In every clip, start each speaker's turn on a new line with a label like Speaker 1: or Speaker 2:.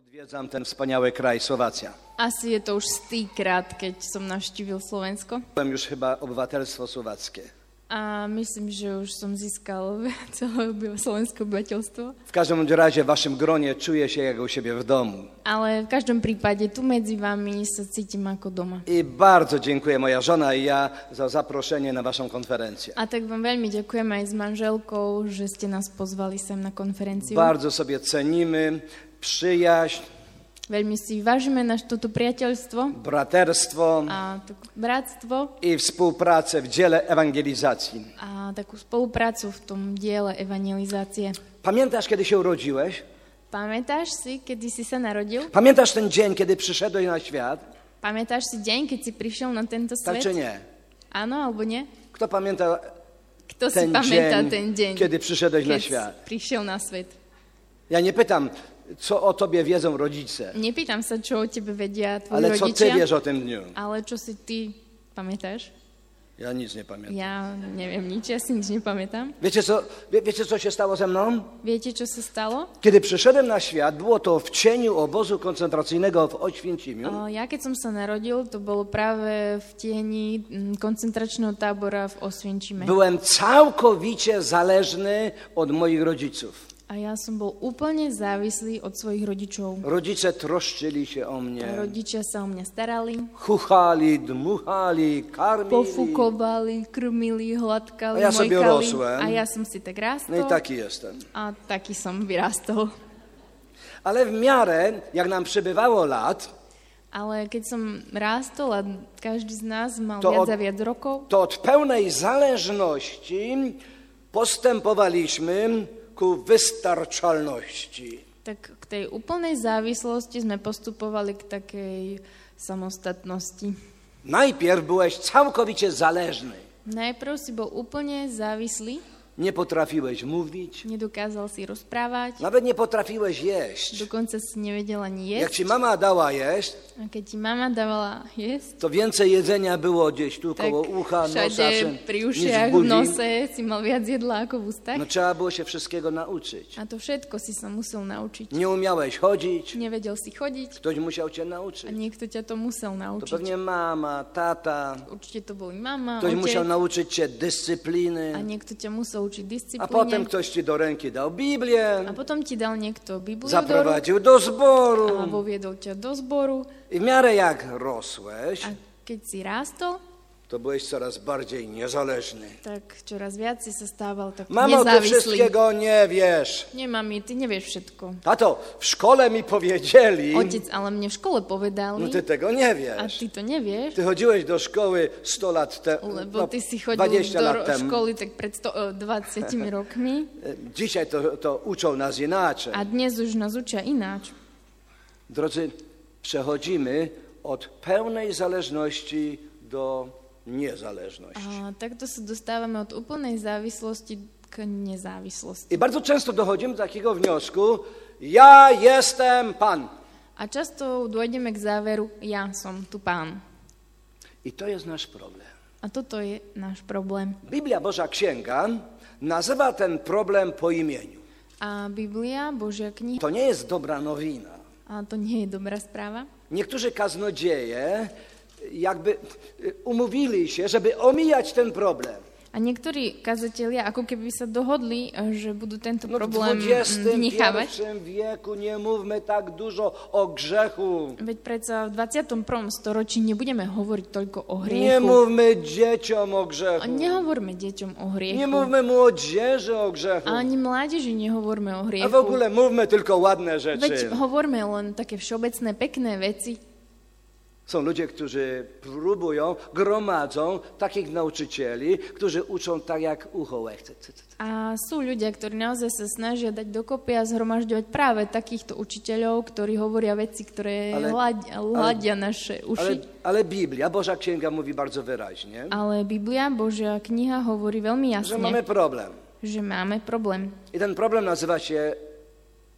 Speaker 1: Odwiedzam ten wspaniały kraj, Słowacja.
Speaker 2: Asi je to už stýkrát, keď som navštívil Slovensko.
Speaker 1: Byłem już chyba obywatelstwo słowackie.
Speaker 2: A myslím, že už som získal celé obyva- slovenské obyvateľstvo.
Speaker 1: W każdym bądź razie w waszym gronie czuję się jak u siebie w domu.
Speaker 2: Ale v každom prípade tu medzi vami sa cítim ako doma.
Speaker 1: I bardzo dziękuję moja żona i ja za zaproszenie na waszą konferencję.
Speaker 2: A tak vám veľmi ďakujem aj s manželkou, že ste nás pozvali sem na konferenciu.
Speaker 1: Bardzo sobie cenimy przyjaźń,
Speaker 2: Veľmi si vážime naš toto priateľstvo
Speaker 1: braterstwo
Speaker 2: a takú bratstvo
Speaker 1: i współpracę w dziele ewangelizacji.
Speaker 2: a takú spoluprácu v tom diele evangelizácie.
Speaker 1: Pamiętasz, kiedy się urodziłeś?
Speaker 2: Pamätáš si, kedy si sa narodil?
Speaker 1: Pamiętasz ten dzień, kiedy przyszedłeś na świat?
Speaker 2: Pamätáš si deň, keď si prišiel na tento
Speaker 1: Tak czy
Speaker 2: svet?
Speaker 1: nie?
Speaker 2: Áno alebo nie?
Speaker 1: Kto pamięta
Speaker 2: Kto si
Speaker 1: ten
Speaker 2: pamätá
Speaker 1: dzień,
Speaker 2: ten deň,
Speaker 1: kiedy przyszedłeś na
Speaker 2: keď
Speaker 1: świat?
Speaker 2: prišiel na svet?
Speaker 1: Ja nie pytam, co o tobie wiedzą rodzice,
Speaker 2: Nepýtam sa, čo o tebe vedia tvoji
Speaker 1: ale co ty
Speaker 2: rodičia,
Speaker 1: wiesz o tym dniu.
Speaker 2: ale čo si ty pamätáš?
Speaker 1: Ja nic nie pamiętam.
Speaker 2: Ja neviem nič, ja si nič nepamätám.
Speaker 1: Wiecie co, wie, wiecie, co się stało ze mną?
Speaker 2: Viete, čo sa stalo?
Speaker 1: Kiedy przyszedłem na świat, było to w cieniu obozu koncentracyjnego w Oświęcimiu.
Speaker 2: O, Ja keď som sa narodil, to bolo práve v tieni mm, koncentračného tábora v Osvienčime.
Speaker 1: Byłem całkowicie zależny od moich rodziców.
Speaker 2: A ja som bol úplne závislý od svojich rodičov.
Speaker 1: Rodzice troszczyli się o mnie,
Speaker 2: Rodičia sa o mňa starali,
Speaker 1: chuchali, dmuchali, karmili.
Speaker 2: pofukovali, krmili, hladkali,
Speaker 1: A ja sobie
Speaker 2: mojkali.
Speaker 1: rosłem.
Speaker 2: A ja som si tak rástol.
Speaker 1: No i taki jestem.
Speaker 2: A taký som vyrastol.
Speaker 1: Ale w miarę, jak nam przybywało lat,
Speaker 2: Ale keď som rástol a každý z nás mal
Speaker 1: To
Speaker 2: viac
Speaker 1: od-
Speaker 2: a viac rokov,
Speaker 1: to od pełnej zależności postępowaliśmy ku wystarczalności.
Speaker 2: tak k tej úplnej závislosti sme postupovali k takej samostatnosti.
Speaker 1: Najpierw byłeś całkowicie zależny.
Speaker 2: Najprv si bol úplne závislý,
Speaker 1: Nie potrafiłeś mówić,
Speaker 2: nedokázal si rozprávať,
Speaker 1: nawet nie potrafiłeś jeść.
Speaker 2: dokonca si nevedel ani
Speaker 1: Jak
Speaker 2: jesť.
Speaker 1: ci mama dała jeść,
Speaker 2: A keď ti mama dávala jesť,
Speaker 1: to więcej jedzenia było gdzieś tu
Speaker 2: tak
Speaker 1: koło ucha, nosa,
Speaker 2: všade
Speaker 1: wszędzie,
Speaker 2: pri
Speaker 1: niż
Speaker 2: ušiach,
Speaker 1: w
Speaker 2: v
Speaker 1: buzi.
Speaker 2: nose si mal viac jedla ako v ústach.
Speaker 1: No trzeba było się wszystkiego nauczyć.
Speaker 2: A to všetko si sa musel naučiť.
Speaker 1: Nie umiałeś chodzić,
Speaker 2: Nevedel si chodiť
Speaker 1: ktoś musiał cię
Speaker 2: a
Speaker 1: nauczyć.
Speaker 2: niekto ťa to musel
Speaker 1: To
Speaker 2: naučiť.
Speaker 1: pewnie mama, tata,
Speaker 2: Určite to boli mama,
Speaker 1: ktoś musiał
Speaker 2: otec
Speaker 1: nauczyć cię
Speaker 2: a
Speaker 1: dyscypliny,
Speaker 2: niekto ťa musel učiť
Speaker 1: a potem
Speaker 2: disciplíne.
Speaker 1: ktoś ci do ręki dał
Speaker 2: A
Speaker 1: Biblię,
Speaker 2: potom ti dal niekto Bibliu do rúk
Speaker 1: zaprowadził do
Speaker 2: a
Speaker 1: zboru.
Speaker 2: voviedol ťa do zboru
Speaker 1: I w miarę jak rosłeś,
Speaker 2: a keď si rástol,
Speaker 1: to byłeś coraz bardziej niezależny.
Speaker 2: tak čoraz viac si sa stával tak
Speaker 1: Mamo, ty
Speaker 2: nezávislý.
Speaker 1: wszystkiego nie wiesz.
Speaker 2: Nie, mami, ty nevieš všetko.
Speaker 1: Tato, w szkole mi powiedzieli,
Speaker 2: Otec ale mne v škole povedali
Speaker 1: no ty tego nie
Speaker 2: a
Speaker 1: wiesz.
Speaker 2: ty to nevieš,
Speaker 1: Ty chodziłeś do szkoły 100 lat temu,
Speaker 2: lebo
Speaker 1: no,
Speaker 2: ty si chodil
Speaker 1: 20
Speaker 2: do
Speaker 1: lat
Speaker 2: ro-
Speaker 1: temu.
Speaker 2: školy tak pred sto- eh, 20 rokmi
Speaker 1: E, Dzisiaj to, to uczą nas inaczej.
Speaker 2: a dnes už nás učia ináč.
Speaker 1: Drodzy, przechodzimy od pełnej zależności do niezależności.
Speaker 2: A takto sa dostávame od úplnej závislosti k nezávislosti.
Speaker 1: I bardzo często dochodzimy do takiego wniosku, ja jestem Pan.
Speaker 2: A často dojdeme k záveru, ja som tu pán.
Speaker 1: I to jest nasz problem.
Speaker 2: A toto je náš problém.
Speaker 1: Biblia Boża Księga nazywa ten problem po imieniu.
Speaker 2: A Biblia, Božia kniha,
Speaker 1: To nie jest dobra nowina.
Speaker 2: a to nie je dobrá správa.
Speaker 1: Niektórzy kaznodzieje jakby y, umówili się, żeby omijać ten problem.
Speaker 2: A niektorí kazatelia ako keby sa dohodli, že budú tento
Speaker 1: No w
Speaker 2: problém mm, vynechávať.
Speaker 1: XXI wieku nie mówmy tak dużo o grzechu.
Speaker 2: Veď predsa v 21. storočí nebudeme hovoriť toľko o
Speaker 1: Nie
Speaker 2: hriechu.
Speaker 1: mówmy dzieciom o
Speaker 2: A
Speaker 1: grzechu.
Speaker 2: nehovorme deťom o
Speaker 1: Nie
Speaker 2: hriechu.
Speaker 1: mówmy młodzieży o grzechu.
Speaker 2: A ani mládeži nehovorme
Speaker 1: A w
Speaker 2: o hriechu.
Speaker 1: ogóle mówmy tylko ładne rzeczy.
Speaker 2: Veď hovorme len také všeobecné, pekné veci.
Speaker 1: Są ludzie, którzy próbują, gromadzą takich nauczycieli, którzy uczą tak jak ucho łechce. Cy, cy, cy.
Speaker 2: A sú ľudia, ktorí naozaj sa snažia dať dokopy a zhromažďovať práve takýchto učiteľov, ktorí hovoria veci, ktoré
Speaker 1: Ale-
Speaker 2: hladia, hladia naše
Speaker 1: Ale,
Speaker 2: uši.
Speaker 1: ale Biblia, Boża Księga mówi bardzo wyraźnie,
Speaker 2: Ale Biblia, Božia kniha hovorí veľmi
Speaker 1: że
Speaker 2: jasne,
Speaker 1: mamy problem.
Speaker 2: že máme problém.
Speaker 1: I ten problem nazywa się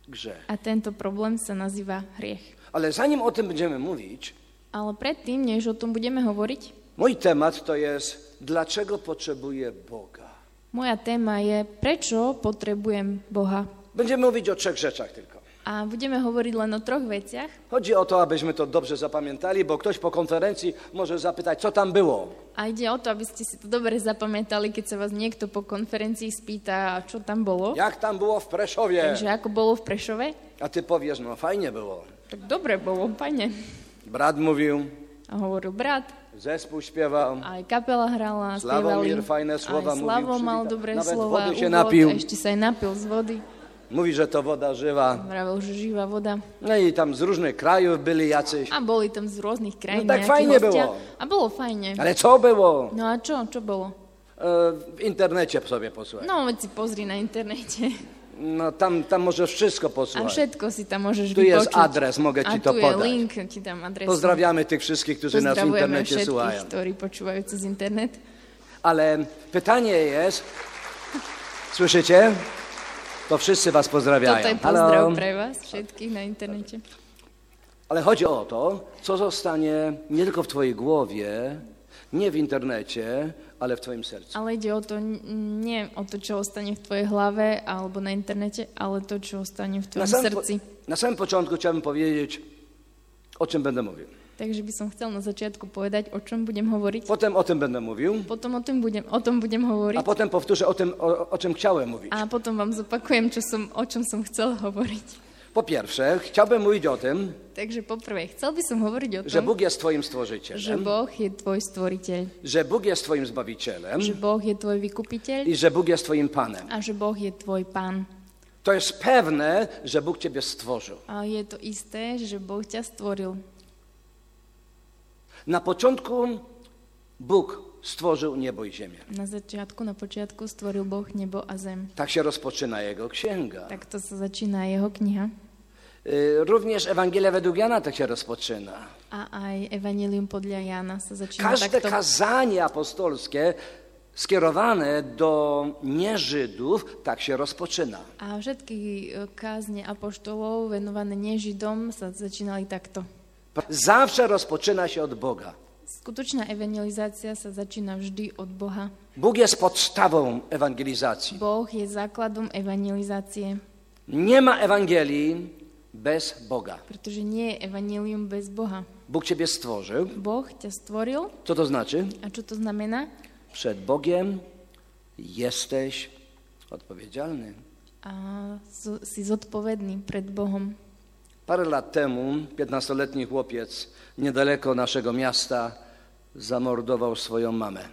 Speaker 1: grzech.
Speaker 2: A tento problém sa nazýva hriech.
Speaker 1: Ale zanim o tym będziemy mówić,
Speaker 2: Ale predtým, než o tom budeme hovoriť,
Speaker 1: mój temat to jest dlaczego potrzebuję Boga.
Speaker 2: moja téma je, prečo potrebujem Boha.
Speaker 1: Będziemy mówić o trzech rzeczach tylko.
Speaker 2: A budeme hovoriť len o troch veciach.
Speaker 1: Chodzi o to, abyśmy to dobrze zapamiętali, bo ktoś po konferencji może zapytać, co tam było.
Speaker 2: A ide o to, aby ste si to dobre zapamätali, keď sa vás niekto po konferencii spýta, čo tam bolo.
Speaker 1: Jak tam było w Preszowie?
Speaker 2: Takže ako bolo v Prešove?
Speaker 1: A ty powiesz, no fajnie było.
Speaker 2: Tak dobre bolo, pane.
Speaker 1: Brat mówił,
Speaker 2: A hovoril brat,
Speaker 1: zespół śpiewał.
Speaker 2: aj kapela hrala,
Speaker 1: Slavomír
Speaker 2: spievali.
Speaker 1: fajné slova
Speaker 2: aj
Speaker 1: mu
Speaker 2: Slavo
Speaker 1: vyučili,
Speaker 2: mal
Speaker 1: tak
Speaker 2: dobré
Speaker 1: nawet
Speaker 2: slova,
Speaker 1: vody się
Speaker 2: úvod,
Speaker 1: napil.
Speaker 2: a ešte sa aj napil z vody.
Speaker 1: Mówi, że to woda żywa.
Speaker 2: Vravil, že živá voda.
Speaker 1: No i tam z różnych krajów byli jacyś.
Speaker 2: A boli tam z rôznych krajín
Speaker 1: No tak
Speaker 2: nejakí
Speaker 1: fajne
Speaker 2: hostia.
Speaker 1: bolo.
Speaker 2: A bolo fajne.
Speaker 1: Ale co było?
Speaker 2: No a čo? Čo bolo?
Speaker 1: E, W internecie sobie posłuchaj.
Speaker 2: No, veď si pozri na internete.
Speaker 1: No tam, tam możesz wszystko
Speaker 2: A
Speaker 1: posłuchać.
Speaker 2: všetko si tam môžeš
Speaker 1: Tu jest
Speaker 2: vypočuť.
Speaker 1: adres, mogę
Speaker 2: A
Speaker 1: ci to
Speaker 2: tu je
Speaker 1: podać.
Speaker 2: link, ti tam adresu.
Speaker 1: Pozdrawiamy tych wszystkich, którzy nas w
Speaker 2: Pozdravujeme
Speaker 1: internecie
Speaker 2: všetkých,
Speaker 1: słuchają.
Speaker 2: ktorí počúvajú cez internet.
Speaker 1: Ale pytanie jest, słyszycie? To wszyscy was
Speaker 2: Toto
Speaker 1: pozdrawiają.
Speaker 2: je pozdrav
Speaker 1: Halo.
Speaker 2: pre vás všetkých na internete.
Speaker 1: Ale chodzi o to, co zostanie nie tylko w twojej głowie, nie w internecie, ale w twoim sercu.
Speaker 2: Ale ide o to, n- nie o to, čo ostane v tvojej hlave alebo na internete, ale to, čo ostane v tvojom
Speaker 1: po-
Speaker 2: srdci.
Speaker 1: na samym początku chciałbym powiedzieć, o czym będę mówił.
Speaker 2: Takže by som chcel na začiatku povedať, o čom budem hovoriť.
Speaker 1: Potem o tym będę mówił,
Speaker 2: Potom o tom budem, o tom budem
Speaker 1: a
Speaker 2: hovoriť.
Speaker 1: potem powtórzę o tym, o, o czym chciałem mówić.
Speaker 2: A potom vám zopakujem, čo som, o čom som chcel hovoriť.
Speaker 1: Po pierwsze, chciałbym mówić o tym,
Speaker 2: Takže poprvé, chcel by som hovoriť o
Speaker 1: że
Speaker 2: tom,
Speaker 1: Bóg jest twoim
Speaker 2: že
Speaker 1: stworzycielem,
Speaker 2: Boh je tvoj stvoriteľ,
Speaker 1: że Bóg jest twoim zbawicielem
Speaker 2: že Boh je tvoj vykupiteľ
Speaker 1: i że Bóg jest twoim panem.
Speaker 2: a že Boh je tvoj pán.
Speaker 1: To jest pewne, że Bóg ciebie stworzył.
Speaker 2: A je to isté, že Boh ťa stvoril.
Speaker 1: Na początku Bóg stworzył niebo i ziemię.
Speaker 2: Na začiatku, na počiatku stvoril Boh nebo a zem.
Speaker 1: Tak się rozpoczyna jego księga.
Speaker 2: Takto sa začína jeho kniha.
Speaker 1: Y, Również Ewangelia według Jana tak się rozpoczyna.
Speaker 2: A aj Evangelium podľa Jána sa začína
Speaker 1: Każde
Speaker 2: takto.
Speaker 1: kazanie apostolskie skierowane do nieżydów tak się rozpoczyna.
Speaker 2: A všetky e, kázne apoštolov venované nežidom sa začínali takto.
Speaker 1: Zawsze rozpoczyna się od Boga.
Speaker 2: Skutočná evangelizácia sa začína vždy od Boha.
Speaker 1: Bóg jest podstawą ewangelizacji.
Speaker 2: Boh je základom evangelizácie,
Speaker 1: Nie ma Ewangelii bez Boga.
Speaker 2: pretože nie je evangelium bez Boha.
Speaker 1: Bóg ciebie stworzył.
Speaker 2: Boh ťa stvoril
Speaker 1: Co to znaczy?
Speaker 2: a čo to znamená?
Speaker 1: Przed Bogiem jesteś odpowiedzialny.
Speaker 2: A zo- si zodpovedný pred Bohom.
Speaker 1: Parę lat temu 15-letni chłopiec niedaleko naszego miasta zamordował swoją mamę.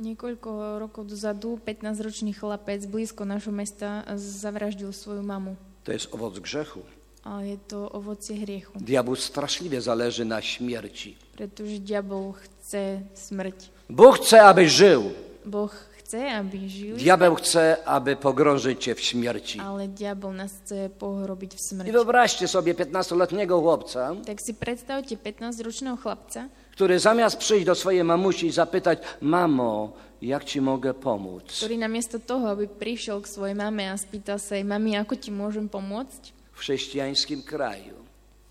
Speaker 2: Niekoľko rokov dozadu 15-ročný chlapec blízko nášho mesta zavraždil svoju mamu.
Speaker 1: To jest owoc grzechu.
Speaker 2: A je to ovocie hriechu,
Speaker 1: Diabeł straszliwie zależy na śmierci.
Speaker 2: pretože diabol chce smrť.
Speaker 1: Bóg chce, abyś żył.
Speaker 2: Boh chce, aby žili,
Speaker 1: Diabeł chce, aby pogrążyć cię w śmierci.
Speaker 2: ale diabol nás chce pohrobiť v
Speaker 1: I
Speaker 2: smrti.
Speaker 1: wyobraźcie sobie 15-letniego chłopca,
Speaker 2: Tak si predstavte 15-ročného chlapca,
Speaker 1: który zamiast przyjść do swojej mamusi i zapytać: Mamo, jak ci mogę pomóc?
Speaker 2: ktorý namiesto toho, aby prišiel k svojej mame a spýtal sa jej, mami, ako ti môžem pomôcť?
Speaker 1: W chrześcijańskim kraju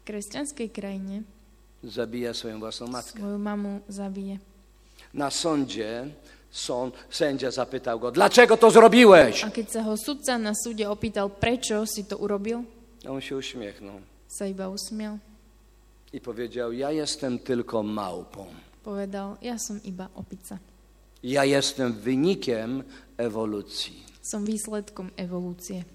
Speaker 2: V kresťanskej krajine
Speaker 1: zabija swoją własną matkę.
Speaker 2: svoju mamu zabije.
Speaker 1: Na sądzie sąd, sędzia zapytał go, dlaczego to zrobiłeś?
Speaker 2: A keď sa ho sudca na súde opýtal, prečo si to urobil,
Speaker 1: A on się uśmiechnął
Speaker 2: sa iba usmial.
Speaker 1: i powiedział, ja jestem tylko małpą.
Speaker 2: Povedal, ja som iba opica.
Speaker 1: Ja jestem wynikiem ewolucji.
Speaker 2: Som výsledkom evolúcie.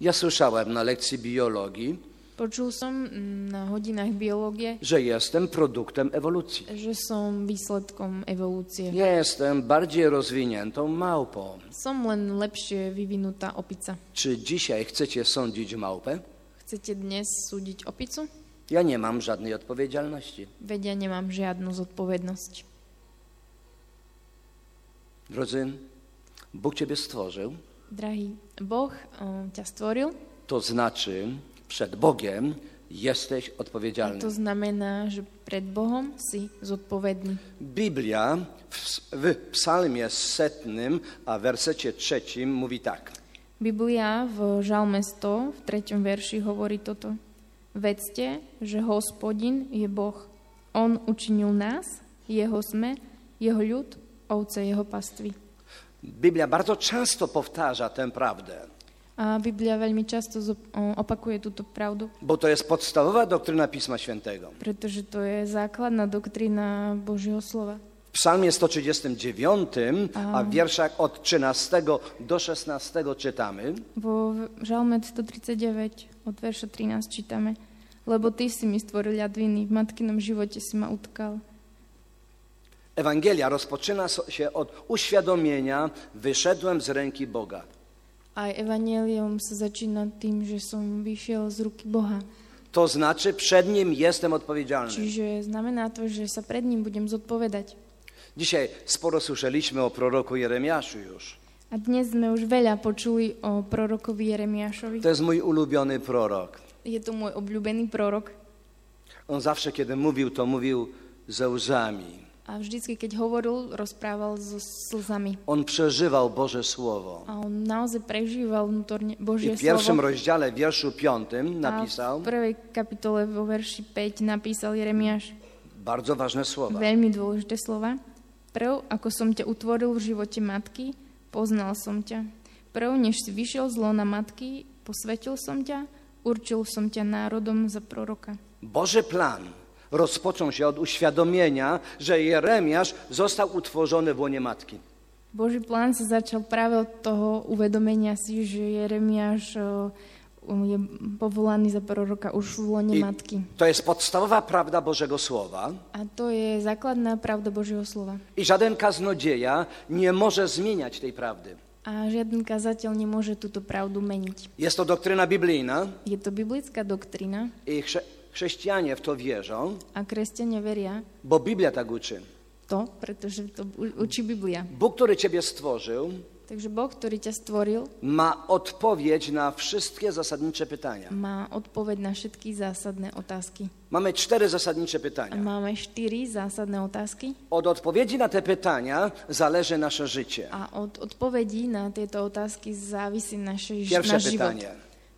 Speaker 1: Ja słyszałem na lekcji biologii,
Speaker 2: Počul som mm, na hodinách biológie,
Speaker 1: że jestem produktem ewolucji.
Speaker 2: že som výsledkom evolúcie.
Speaker 1: Ja jestem bardziej rozwiniętą małpą.
Speaker 2: Som len lepšie vyvinutá opica.
Speaker 1: Czy dzisiaj chcecie sądzić małpę?
Speaker 2: Chcete dnes súdiť opicu?
Speaker 1: Ja nie mam żadnej odpowiedzialności.
Speaker 2: Veď ja nemám žiadnu zodpovednosť.
Speaker 1: Drodzy, Bóg Ciebie stworzył,
Speaker 2: Drahý Boh o, ťa stvoril.
Speaker 1: to znaczy przed Bogiem jesteś
Speaker 2: A
Speaker 1: odpowiedzialny.
Speaker 2: to znamená, že pred Bohom si zodpovedný.
Speaker 1: Biblia w, w psalmie setnym, a wersecie trzecim mówi tak.
Speaker 2: Biblia v Žalme 100 v 3. verši hovorí toto. Vedzte, že hospodin je Boh. On učinil nás, jeho sme, jeho ľud, ovce jeho pastvy.
Speaker 1: Biblia bardzo często powtarza tę prawdę.
Speaker 2: A Biblia veľmi často zop- o- opakuje túto pravdu,
Speaker 1: bo to jest podstawowa doktryna Pisma Świętego.
Speaker 2: pretože to je základná doktrína Božieho slova.
Speaker 1: W Psalmie 139, a w wierszach od 13 do 16 czytamy:
Speaker 2: Vo v- Žalme 139 od verša 13 čítame Lebo ty si mi stvoril ľadviny, v matkinom živote si ma utkal.
Speaker 1: Ewangelia rozpoczyna so- się od uświadomienia: Wyszedłem z ręki Boga.
Speaker 2: Aj evanelium sa začína tým, že som vyšiel z ruky Boha.
Speaker 1: To znaczy, przed Nim jestem odpowiedzialny.
Speaker 2: Čiže znamená to, že sa pred ním budem zodpovedať.
Speaker 1: Dzisiaj sporo słyszeliśmy o proroku Jeremiaszu już.
Speaker 2: A dnes sme už veľa počuli o prorokovi Jeremiášovi.
Speaker 1: To jest mój ulubiony prorok.
Speaker 2: Je to môj obľúbený prorok.
Speaker 1: On zawsze, kiedy mówił, to mówił ze łzami.
Speaker 2: A vždycky, keď hovoril, rozprával so slzami.
Speaker 1: On przeżywał Boże Słowo.
Speaker 2: A on naozaj prežíval
Speaker 1: I
Speaker 2: vnútorne Božie
Speaker 1: w pierwszym
Speaker 2: slovo.
Speaker 1: rozdziale, w wierszu piątym
Speaker 2: A
Speaker 1: napisał
Speaker 2: v prvej kapitole vo verši 5 napísal Jeremiáš
Speaker 1: bardzo ważne słowa.
Speaker 2: veľmi dôležité slova. Prv, ako som ťa utvoril v živote matky, poznal som ťa. Prv, než si vyšiel z lona matky, posvetil som ťa, určil som ťa národom za proroka.
Speaker 1: Boży plan rozpoczął się od uświadomienia, że Jeremiasz został utworzony w łonie matki.
Speaker 2: Boží plán sa začal práve od toho uvedomenia si, že Jeremiáš o, je povolaný za proroka už v lone
Speaker 1: I
Speaker 2: matky.
Speaker 1: to jest podstawowa prawda Bożego Słowa.
Speaker 2: A to je základná pravda Božieho slova.
Speaker 1: I żaden kaznodzieja nie może zmieniać tej prawdy.
Speaker 2: A žiaden kazateľ nemôže túto pravdu meniť.
Speaker 1: Jest to doktryna biblijna
Speaker 2: Je to biblická doktrína
Speaker 1: i chrze chrześcijanie w to wierzą,
Speaker 2: a kresťania veria
Speaker 1: bo Biblia tak uczy.
Speaker 2: to, pretože to u- učí Biblia.
Speaker 1: Bóg, który Ciebie stworzył,
Speaker 2: Takže Boh, ktorý ťa stvoril,
Speaker 1: ma odpowiedź na wszystkie zasadnicze pytania.
Speaker 2: má odpoveď na všetky zásadné otázky.
Speaker 1: Mamy cztery zasadnicze
Speaker 2: A
Speaker 1: pytania.
Speaker 2: máme štyri zásadné otázky
Speaker 1: Od odpowiedzi na te pytania zależy nasze życie.
Speaker 2: a od odpovedí na tieto otázky závisí naše, ž-
Speaker 1: Pierwsze
Speaker 2: náš život.
Speaker 1: pytanie.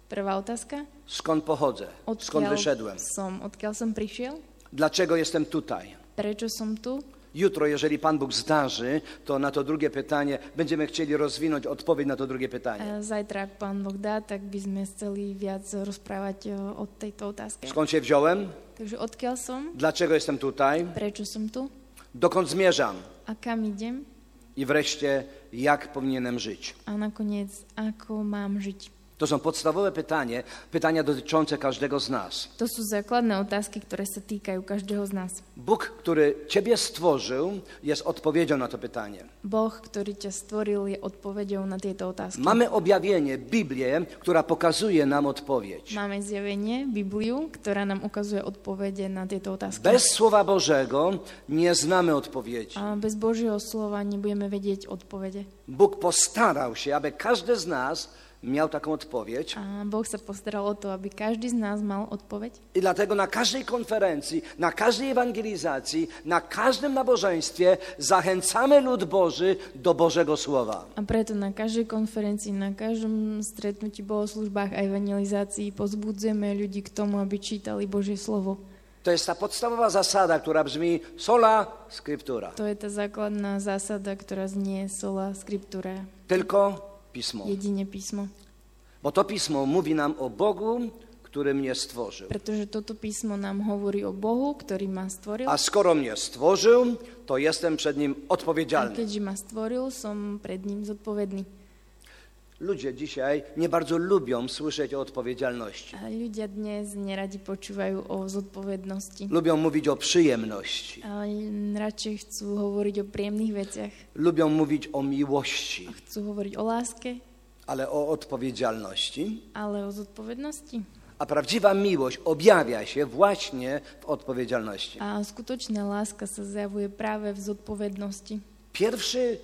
Speaker 2: Prvá otázka.
Speaker 1: Skąd pochodzę? Skąd
Speaker 2: Odkiaľ
Speaker 1: wyszedłem?
Speaker 2: som? Odkiaľ som prišiel?
Speaker 1: Dlaczego jestem tutaj?
Speaker 2: Prečo som tu?
Speaker 1: Jutro, jeżeli Pan Bóg zdarzy, to na to drugie pytanie będziemy chcieli rozwinąć odpowiedź na to drugie pytanie.
Speaker 2: A E, Zajtra, ak pán Boh dá, tak by sme chceli viac rozprávať e, o, o tejto otázke.
Speaker 1: Skąd się wziąłem?
Speaker 2: Takže odkiaľ som?
Speaker 1: Dlaczego jestem tutaj?
Speaker 2: Prečo som tu?
Speaker 1: Dokąd zmierzam?
Speaker 2: A kam idem?
Speaker 1: I wreszcie, jak powinienem żyć?
Speaker 2: A nakoniec, ako mám žiť?
Speaker 1: To są podstawowe pytanie, pytania dotyczące każdego z nas.
Speaker 2: To sú základné otázky, ktoré sa týkajú každého z nás.
Speaker 1: Bóg, który Ciebie stworzył, jest odpowiedzią na to pytanie.
Speaker 2: Boh, ktorý ťa stvoril, je odpoveďou na tieto otázky.
Speaker 1: Mamy objawienie, Biblię, która pokazuje nam odpowiedź.
Speaker 2: Máme zjavenie, Bibliu, ktorá nám ukazuje odpovede na tieto otázky.
Speaker 1: Bez Słowa Bożego nie znamy odpowiedzi.
Speaker 2: A bez Božieho slova nebudeme vedieť odpovede.
Speaker 1: Bóg postarał się, aby każdy z nas miał taką odpowiedź.
Speaker 2: A Boh sa postaral o to, aby každý z nás mal odpoveď.
Speaker 1: I dlatego na każdej konferencji, na każdej ewangelizacji, na każdym nabożeństwie zachęcamy lud Boży do Bożego Słowa.
Speaker 2: A preto na každej konferencii, na každom stretnutí bohoslužbách a evangelizácii pozbudzujeme ľudí k tomu, aby čítali Božie slovo.
Speaker 1: To jest ta podstawowa zasada, która brzmi sola scriptura.
Speaker 2: To je tá základná zásada, ktorá znie sola scriptura,
Speaker 1: Tylko pismo.
Speaker 2: jedine písmo.
Speaker 1: Bo to pismo mówi nam o Bogu, który mnie stworzył.
Speaker 2: Pretože toto písmo nám hovorí o Bohu, ktorý ma stvoril.
Speaker 1: A skoro mnie stworzył, to jestem przed nim
Speaker 2: A
Speaker 1: odpowiedzialny.
Speaker 2: keďže ma stvoril, som pred ním zodpovedný.
Speaker 1: Ludzie dzisiaj nie bardzo lubią słyszeć o odpowiedzialności.
Speaker 2: A ľudia dnes neradi počúvajú o zodpovednosti.
Speaker 1: Lubią mówić o przyjemności.
Speaker 2: Ale radšej chcú hovoriť o príjemných veciach.
Speaker 1: Lubią mówić o miłości,
Speaker 2: Chcú hovoriť o láske,
Speaker 1: ale o odpowiedzialności.
Speaker 2: ale o zodpovednosti.
Speaker 1: A prawdziwa miłość objawia się właśnie w odpowiedzialności.
Speaker 2: A skutočná láska sa zjavuje práve v zodpovednosti.
Speaker 1: Pierwszy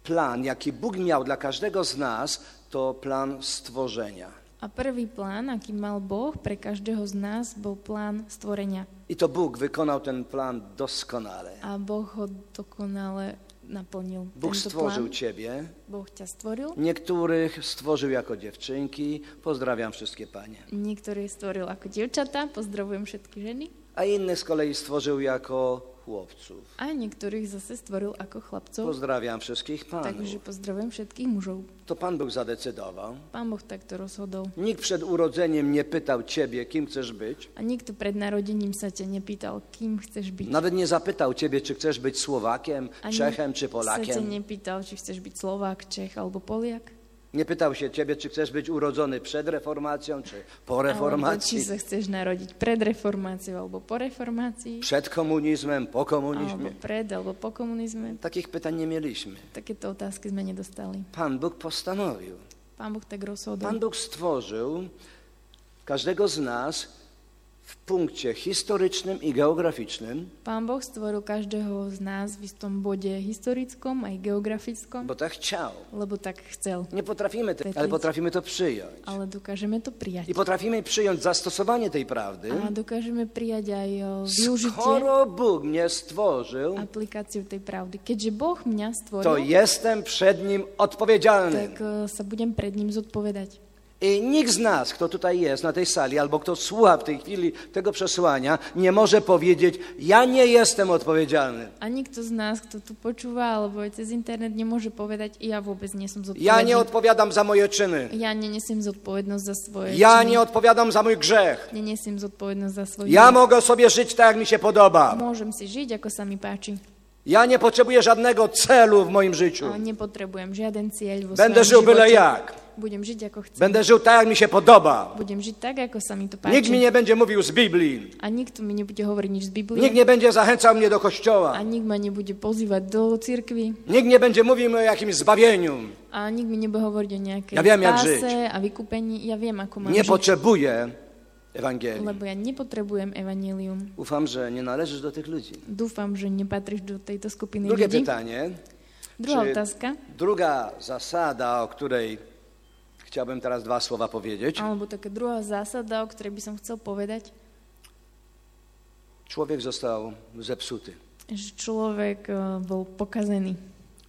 Speaker 1: plan, jaki Bóg miał dla każdego z nas, to plan stworzenia.
Speaker 2: A prvý plán, aký mal Boh pre každého z nás, bol plán stvorenia.
Speaker 1: I to Bóg wykonał ten plan doskonale.
Speaker 2: A Boh ho dokonale naplnil.
Speaker 1: Bóg
Speaker 2: Tento
Speaker 1: stworzył
Speaker 2: plán,
Speaker 1: Ciebie,
Speaker 2: boh ťa stvoril,
Speaker 1: niektórych stworzył jako dziewczynki. Pozdrawiam wszystkie panie.
Speaker 2: niektoré stvoril ako dievčata, pozdravujem všetky ženy,
Speaker 1: A innych z kolei stworzył jako chłopców.
Speaker 2: A niektorých zase stvoril ako chlapcov,
Speaker 1: Pozdrawiam wszystkich panów.
Speaker 2: takže pozdravujem všetkých mužov.
Speaker 1: To Pan Bóg zadecydował.
Speaker 2: Pán Boh takto rozhodol.
Speaker 1: Nikt przed urodzeniem nie pytał ciebie, kim chcesz być.
Speaker 2: A nikto pred narodením sa ťa nepýtal, kým chceš byť.
Speaker 1: Nawet nie zapytał ciebie, czy chcesz być Słowakiem,
Speaker 2: Ani
Speaker 1: Czechem czy
Speaker 2: sa ťa
Speaker 1: Polakiem.
Speaker 2: nepýtal, či chceš byť Slovák, Čech alebo Poliak.
Speaker 1: Nie pytał się ciebie, czy chcesz być urodzony przed reformacją, czy po
Speaker 2: Alebo či
Speaker 1: reformacji,
Speaker 2: sa chceš narodiť pred reformáciou alebo po reformácii.
Speaker 1: przed komunizmem, po
Speaker 2: Alebo
Speaker 1: komunizmie.
Speaker 2: pred alebo po komunizme.
Speaker 1: Takich pytań nie mieliśmy.
Speaker 2: Takéto otázky sme nedostali.
Speaker 1: Pan Bóg postanowił.
Speaker 2: Pán Boh tak
Speaker 1: Pan
Speaker 2: rozhodol.
Speaker 1: Bóg stworzył każdego z nas w punkcie historycznym i geograficznym,
Speaker 2: Pán Boh stvoril každého z nás v istom bode historickom aj geografickom,
Speaker 1: bo tak chciał.
Speaker 2: lebo tak chcel.
Speaker 1: Nie potrafimy, te, ale potrafimy to przyjąć.
Speaker 2: Ale dokážeme
Speaker 1: I
Speaker 2: to prijať.
Speaker 1: potrafimy przyjąć zastosowanie tej prawdy.
Speaker 2: A dokážeme prijať aj o, využitie
Speaker 1: Skoro Bóg mnie stworzył,
Speaker 2: aplikáciu tej pravdy. Keďže Boh mňa
Speaker 1: to
Speaker 2: stvoril,
Speaker 1: jestem przed Nim odpowiedzialny.
Speaker 2: tak e, sa budem pred ním zodpovedať.
Speaker 1: I nikt z nas, kto tutaj jest na tej sali, albo kto słucha w tej chwili tego przesłania, nie może powiedzieć, ja nie jestem odpowiedzialny.
Speaker 2: A nikto z nás, kto tu počúva alebo aj cez internet, nemôže povedať, ja vôbec nie som zodpovedný.
Speaker 1: Ja nie odpowiadam za moje czyny.
Speaker 2: ja nenesiem zodpovednosť za svoje
Speaker 1: Ja
Speaker 2: činy.
Speaker 1: nie odpowiadam za mój grzech.
Speaker 2: Nenesiem zodpovednosť za svoj
Speaker 1: Ja
Speaker 2: život.
Speaker 1: mogę sobie żyć tak, jak mi się podoba.
Speaker 2: Môžem si žiť, ako sa mi páči.
Speaker 1: Ja nie potrzebuję żadnego celu w moim życiu.
Speaker 2: A nepotrebujem žiaden cieľ vo
Speaker 1: Będę żył
Speaker 2: svojom
Speaker 1: byle
Speaker 2: živote.
Speaker 1: jak.
Speaker 2: Budem žiť, ako chcem.
Speaker 1: Będę żył tak, jak mi się podoba.
Speaker 2: Budem žiť tak, ako sa mi to páči.
Speaker 1: Nikt mi nie będzie mówił z Biblii.
Speaker 2: A nikto mi nebude hovoriť nič z Biblie.
Speaker 1: Nikt nie będzie zachęcał mnie do kościoła.
Speaker 2: A nik ma nebude pozývať do cirkvi.
Speaker 1: Nikt nie będzie mówił mi o jakimś zbawieniu.
Speaker 2: A nik mi nebude hovoriť o nejakej
Speaker 1: Ja viem, jak
Speaker 2: spáse a vykúpení. Ja viem, ako mám
Speaker 1: Nie
Speaker 2: žiť.
Speaker 1: potrzebuję Ewangelii.
Speaker 2: Lebo ja nepotrebujem evanílium.
Speaker 1: Ufam, że nie należysz do tych ludzi.
Speaker 2: Dúfam, že nepatríš do tejto skupiny
Speaker 1: Drugie
Speaker 2: ľudí.
Speaker 1: pytanie.
Speaker 2: Druhá
Speaker 1: Czy-
Speaker 2: otázka,
Speaker 1: Druga zasada, o której chciałbym teraz dwa słowa powiedzieć.
Speaker 2: alebo taká druhá zásada, o ktorej by som chcel povedať,
Speaker 1: Człowiek został zepsuty.
Speaker 2: že človek eh, bol pokazený.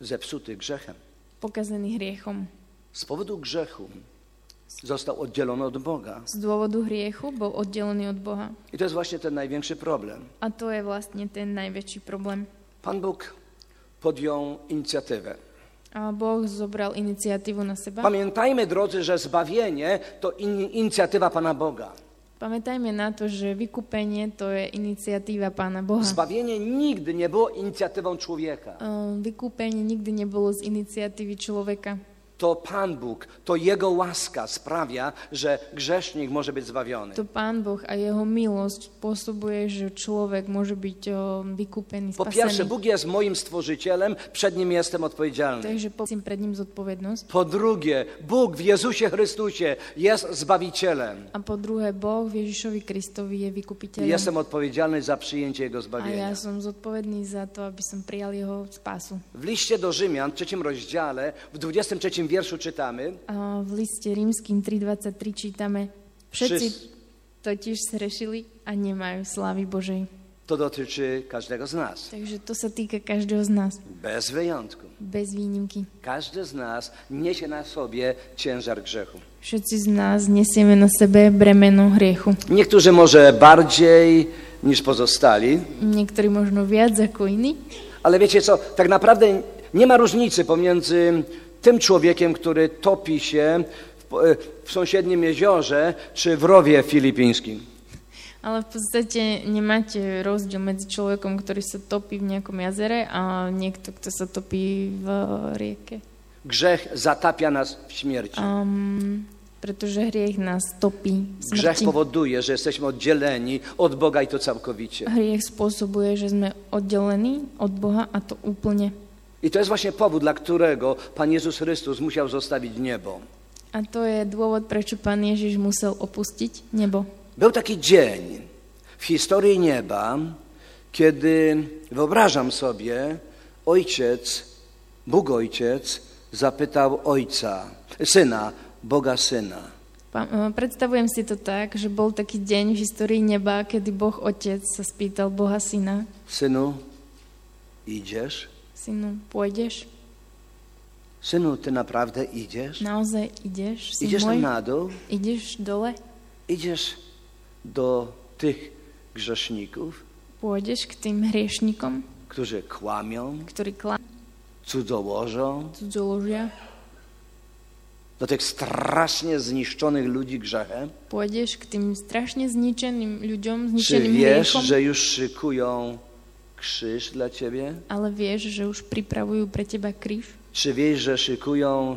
Speaker 1: Zepsuty grzechem.
Speaker 2: Pokazený hriechom.
Speaker 1: Z powodu grzechu został oddzielony od Boga.
Speaker 2: Z dôvodu hriechu bol oddelený od Boha.
Speaker 1: I to jest właśnie ten największy problem.
Speaker 2: A to je vlastne ten najväčší problém.
Speaker 1: Pan Bóg podjął inicjatywę.
Speaker 2: A Boh zobral iniciatívu na seba.
Speaker 1: Pamiętajmy, drodzy, że zbawienie to in- inicjatywa Pana Boga.
Speaker 2: Pamätajme na to, že vykúpenie to je iniciatíva Pána Boha.
Speaker 1: Zbawienie nigdy nie było inicjatywą człowieka.
Speaker 2: Eh, Vykúpenie nikdy nebolo z iniciatívy človeka.
Speaker 1: To Pan Bóg, to Jego łaska sprawia, že grzesznik może być zbawiony.
Speaker 2: To Pán Boh a jeho milosť spôsobuje, že človek môže byť o, vykúpený,
Speaker 1: Po pierwsze,
Speaker 2: spasený.
Speaker 1: Bóg jest moim stworzycielem, przed Nim jestem odpowiedzialny.
Speaker 2: Takže prosím pred ním zodpovednosť.
Speaker 1: Po drugie, Bóg w Jezusie Chrystusie jest Zbawicielem.
Speaker 2: A po druhé, Boh v Ježišovi Kristovi je
Speaker 1: I
Speaker 2: vykupiteľom.
Speaker 1: Jestem odpowiedzialny za przyjęcie Jego
Speaker 2: A ja
Speaker 1: zbawienia.
Speaker 2: som zodpovedný za to, aby som prijal jeho spásu.
Speaker 1: W liście do Rzymian, w trzecim rozdziale, w 23 wierszu czytamy,
Speaker 2: A v liste rímským 3.23 čítame Všetci
Speaker 1: Všes-
Speaker 2: totiž srešili a nemajú slávy Božej.
Speaker 1: to dotyczy każdego z nas,
Speaker 2: Takže to sa týka každého z nás.
Speaker 1: bez wyjątku.
Speaker 2: Bez výnimky.
Speaker 1: Każdy z nas niesie na sobie ciężar grzechu.
Speaker 2: Všetci z nás nesieme na sebe bremeno hriechu.
Speaker 1: Niektórzy może bardziej niż pozostali,
Speaker 2: Niektorí možno viac ako iní,
Speaker 1: ale wiecie co, tak naprawdę nie ma różnicy pomiędzy tym człowiekiem, który topi się w, e, w sąsiednim jeziorze czy w rowie filipińskim.
Speaker 2: ale v podstate nemáte rozdiel medzi človekom, ktorý sa topí v nejakom jazere a niekto, kto sa topí v rieke.
Speaker 1: Grzech zatapia nas w śmierci.
Speaker 2: Um, pretože hriech nás topí v
Speaker 1: Grzech
Speaker 2: smrti.
Speaker 1: powoduje, że jesteśmy oddzieleni od Boga i to całkowicie.
Speaker 2: Hriech spôsobuje, že sme oddelení od Boha a to úplne.
Speaker 1: I to jest właśnie powód, dla którego Pan Jezus Chrystus musiał zostawić niebo.
Speaker 2: A to je dôvod, prečo pán Ježiš musel opustiť nebo.
Speaker 1: Był taki dzień w historii nieba, kiedy wyobrażam sobie, ojciec, Bóg ojciec zapytał ojca, syna, Boga syna.
Speaker 2: Pán- eh, Predstavujem si to tak, že bol taký deň v histórii neba, kedy Boh Otec sa spýtal Boha Syna,
Speaker 1: Synu, idziesz?
Speaker 2: Synu, pôjdeš?
Speaker 1: Synu, ty naprawdę idziesz?
Speaker 2: Naozaj ideš, No, syn
Speaker 1: Idziesz
Speaker 2: môj?
Speaker 1: tam na dół?
Speaker 2: Ideš dole?
Speaker 1: Idziesz do tych grzeszników?
Speaker 2: Pôjdeš k tým hriešnikom,
Speaker 1: którzy kłamią,
Speaker 2: ktorí klamú,
Speaker 1: cudzołożą,
Speaker 2: cudzoložia.
Speaker 1: do tych strasznie zniszczonych ludzi grzechem?
Speaker 2: Pôjdeš k tým strašne zničeným ľuďom,
Speaker 1: Czy
Speaker 2: zničeným
Speaker 1: wiesz,
Speaker 2: hriechom,
Speaker 1: że już szykują krzyż dla ciebie?
Speaker 2: ale vieš, že už pripravujú pre teba kríž.
Speaker 1: Czy wiesz, że szykują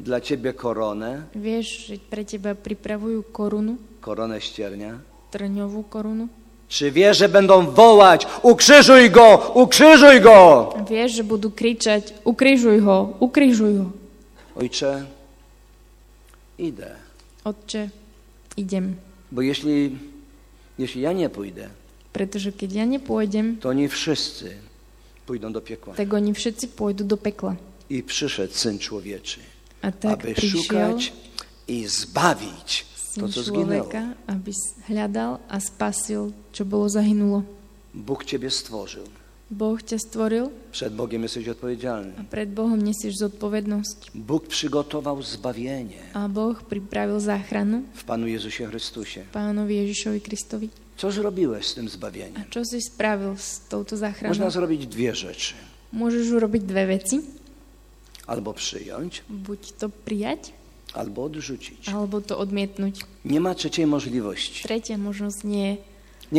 Speaker 1: dla ciebie koronę,
Speaker 2: Vieš, že pre teba pripravujú korunu,
Speaker 1: koronę ściernia?
Speaker 2: trňovú korunu.
Speaker 1: Czy wiesz, że będą wołać: Ukrzyżuj go, ukrzyżuj go!
Speaker 2: A vieš, že budú kričať, ukrižuj ho, ukrižuj ho.
Speaker 1: Ojcze, idę,
Speaker 2: Otče, idem.
Speaker 1: bo jeśli, jeśli ja nie pójdę,
Speaker 2: Pretože keď ja nepôjdem,
Speaker 1: to oni wszyscy pójdą do piekła.
Speaker 2: tak oni všetci pôjdu do pekla.
Speaker 1: I przyszedł Syn Człowieczy,
Speaker 2: A tak
Speaker 1: aby
Speaker 2: prišiel
Speaker 1: szukać i zbawić to,
Speaker 2: syn
Speaker 1: co zginęło.
Speaker 2: človeka, aby s- hľadal a spasil, čo bolo zahynulo.
Speaker 1: Bóg Ciebie stworzył.
Speaker 2: Boh ťa stvoril
Speaker 1: Przed Bogiem jesteś odpowiedzialny.
Speaker 2: a pred Bohom nesieš zodpovednosť.
Speaker 1: Bóg przygotował zbawienie
Speaker 2: A Boh pripravil záchranu
Speaker 1: w Panu Jezusie Chrystusie.
Speaker 2: pánovi Ježišovi Kristovi.
Speaker 1: Co zrobiłeś z tym
Speaker 2: A
Speaker 1: zbawieniem?
Speaker 2: čo si spravil s touto
Speaker 1: Można
Speaker 2: záchranou?
Speaker 1: zrobić dwie rzeczy.
Speaker 2: Môžeš urobiť dve veci.
Speaker 1: Albo przyjąć,
Speaker 2: Buď to prijať,
Speaker 1: albo odrzucić.
Speaker 2: alebo to odmietnúť.
Speaker 1: Nie ma trzeciej możliwości.
Speaker 2: Tretia možnosť nie je.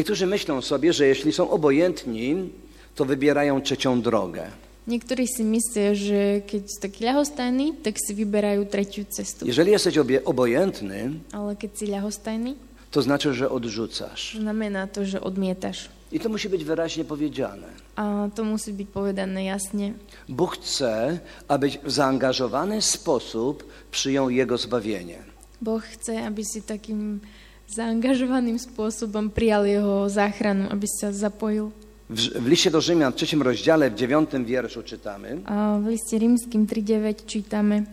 Speaker 1: Niektórzy myślą sobie, że jeśli są obojętni, to wybierają trzecią drogę.
Speaker 2: Niektorí si myslia, že keď sú takí ľahostajní, tak si vyberajú tretiu cestu.
Speaker 1: Jeżeli jesteś obie- obojętny,
Speaker 2: Ale keď si ľahostajný,
Speaker 1: to znaczy, że odrzucasz.
Speaker 2: znamená to, že odmietaš.
Speaker 1: I to musi być wyraźnie powiedziane.
Speaker 2: A to musí byť povedané jasne.
Speaker 1: Bóg chce, abyś w zaangażowany sposób przyjął Jego zbawienie.
Speaker 2: Boh chce, aby si takým zaangažovaným spôsobom prijal jeho záchranu, aby sa zapojil.
Speaker 1: W, w liście do Rzymian w trzecim rozdziale, w dziewiątym wierszu czytamy,
Speaker 2: A v liste rímským 3.9 čítame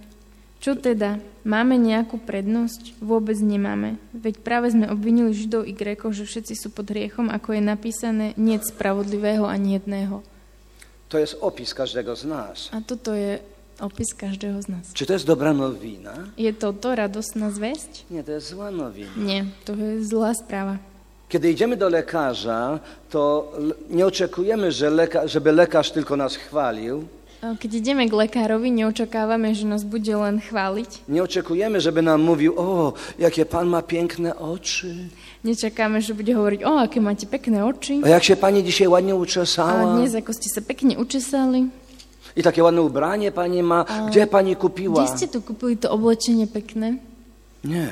Speaker 2: Čo teda? Máme nejakú prednosť? Vôbec nemáme. Veď práve sme obvinili Židov i Grékov, že všetci sú pod hriechom, ako je napísané, niet spravodlivého ani jedného.
Speaker 1: to jest opis każdego z nas.
Speaker 2: A toto je opis každého z nás.
Speaker 1: Czy to jest dobra nowina?
Speaker 2: Je toto radosná zväzť?
Speaker 1: Nie, to jest zła nowina.
Speaker 2: Nie, to je zlá správa.
Speaker 1: Kiedy idziemy do lekarza, to l- nie oczekujemy, że leka, żeby lekarz tylko nas chwalił.
Speaker 2: A Keď ideme k lekárovi, neočakávame, že nás bude len chváliť.
Speaker 1: Nie oczekujemy, żeby nam mówił, o, jakie pan ma piękne oczy,
Speaker 2: Nečakáme, že bude hovoriť, o, aké máte pekné oči.
Speaker 1: a jak się pani dzisiaj ładnie
Speaker 2: A
Speaker 1: uczesała
Speaker 2: dnes, ako ste sa pekne učesali.
Speaker 1: i takie ładne ubranie pani ma, gdzie pani
Speaker 2: Kde
Speaker 1: kupiła?
Speaker 2: ste tu kúpili to oblečenie pekné?
Speaker 1: Nie,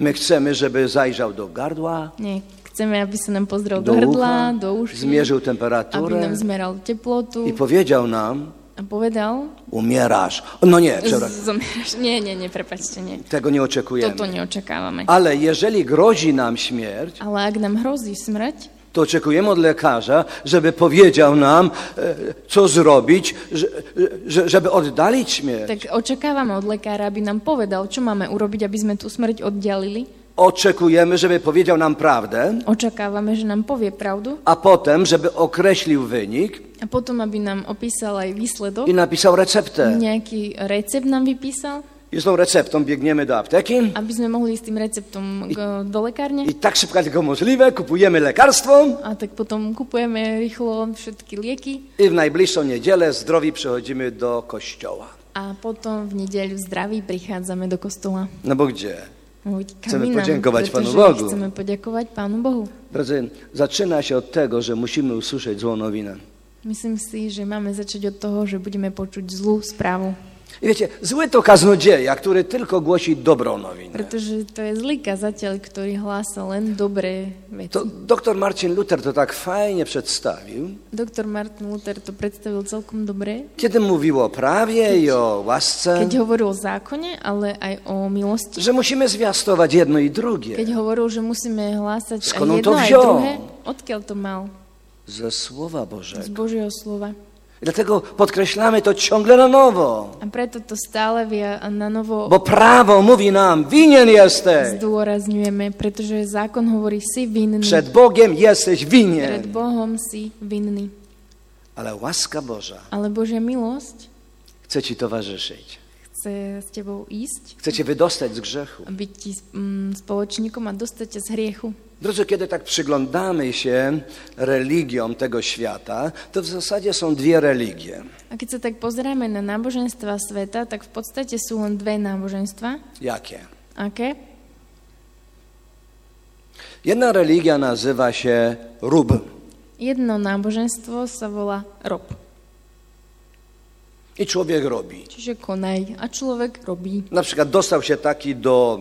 Speaker 1: my chcemy, żeby zajrzał do gardła,
Speaker 2: Nie, chceme, aby sa nám pozrel
Speaker 1: do
Speaker 2: do,
Speaker 1: ucha,
Speaker 2: hrdla, do uší,
Speaker 1: zmierzył
Speaker 2: aby
Speaker 1: temperaturę
Speaker 2: nám zmeral teplotu
Speaker 1: i powiedział nam,
Speaker 2: a povedal...
Speaker 1: umierasz. No nie, przepraszam,
Speaker 2: Zomieraš. Nie, nie, nie, prepačte, nie.
Speaker 1: tego nie oczekujemy.
Speaker 2: Toto neočakávame.
Speaker 1: Ale jeżeli grozi nam śmierć,
Speaker 2: Ale ak nám hrozí smrť,
Speaker 1: To oczekujemy od lekarza, żeby powiedział nam, e, co zrobić, że- że- żeby oddalić śmierć.
Speaker 2: tak očakávame od lekára, aby nám povedal, čo máme urobiť, aby sme tú smrť oddialili.
Speaker 1: Oczekujemy, żeby powiedział nam prawdę,
Speaker 2: Očakávame, že nám povie pravdu
Speaker 1: a potem, żeby określił wynik
Speaker 2: a potom, aby nám opísal aj výsledok.
Speaker 1: i napisał receptę.
Speaker 2: Nejaký recept nám vypísal,
Speaker 1: I z tą receptą biegniemy do apteki
Speaker 2: aby sme mohli ísť s tým receptom k, do lekárne.
Speaker 1: i tak szybko jak tylko możliwe kupujemy lekarstwo
Speaker 2: A tak potom kupujeme rýchlo všetky lieky
Speaker 1: i w najbliższą niedzielę zdrowi przychodzimy do kościoła.
Speaker 2: a potom v nedeľu zdraví prichádzame do kostola.
Speaker 1: No bo gdzie?
Speaker 2: Hoď
Speaker 1: Chceme
Speaker 2: kamínam,
Speaker 1: poďakovať
Speaker 2: pretože
Speaker 1: Pánu Bohu.
Speaker 2: Chceme poďakovať Pánu Bohu.
Speaker 1: Drodzy, zaczyna się od tego, że musimy usłyszeć złą nowinę.
Speaker 2: Myslím si, že máme začať od toho, že budeme počuť zlú správu.
Speaker 1: I wiecie, zły to kaznodzieja, który tylko głosi dobrą nowinę.
Speaker 2: Pretože to je zlý kazateľ, ktorý hlása len dobré veci.
Speaker 1: To doktor Marcin Luther to tak fajnie przedstawił,
Speaker 2: Doktor Martin Luther to predstavil celkom dobre,
Speaker 1: kiedy mówił o prawie i o łasce,
Speaker 2: keď hovoril o zákone, ale aj o milosti.
Speaker 1: że musimy zwiastować jedno i drugie
Speaker 2: Keď hovoril, že musíme hlásať aj
Speaker 1: Skąd on
Speaker 2: jedno,
Speaker 1: to
Speaker 2: aj
Speaker 1: wziął?
Speaker 2: druhé, odkiaľ to mal?
Speaker 1: ze Słowa
Speaker 2: Z
Speaker 1: Bożego.
Speaker 2: Božieho slova.
Speaker 1: Dlatego podkreślamy to ciągle na nowo,
Speaker 2: A preto to stále via na novo
Speaker 1: bo prawo mówi nam, winien jesteś,
Speaker 2: zdôrazňujeme, pretože zákon hovorí si vinný.
Speaker 1: przed Bogiem jesteś
Speaker 2: Pred
Speaker 1: winien.
Speaker 2: Bohom si vinný.
Speaker 1: Ale łaska Boża
Speaker 2: Ale Božia milosť
Speaker 1: chce ci towarzyszyć,
Speaker 2: chce s tebou ísť,
Speaker 1: chce cię wydostać z grzechu.
Speaker 2: byť ti mm, spoločníkom a dostať ťa z hriechu.
Speaker 1: Drodzy, kiedy tak przyglądamy się religiom tego świata, to w zasadzie są dwie religie.
Speaker 2: A keď sa tak pozeráme na náboženstva sveta, tak v podstate sú len dve náboženstva.
Speaker 1: Jakie?
Speaker 2: Aké?
Speaker 1: Jedna religia nazywa się Rub.
Speaker 2: Jedno náboženstvo sa volá rob,
Speaker 1: I człowiek robi.
Speaker 2: čiže konaj. A človek robí.
Speaker 1: Na przykład dostał się taki do,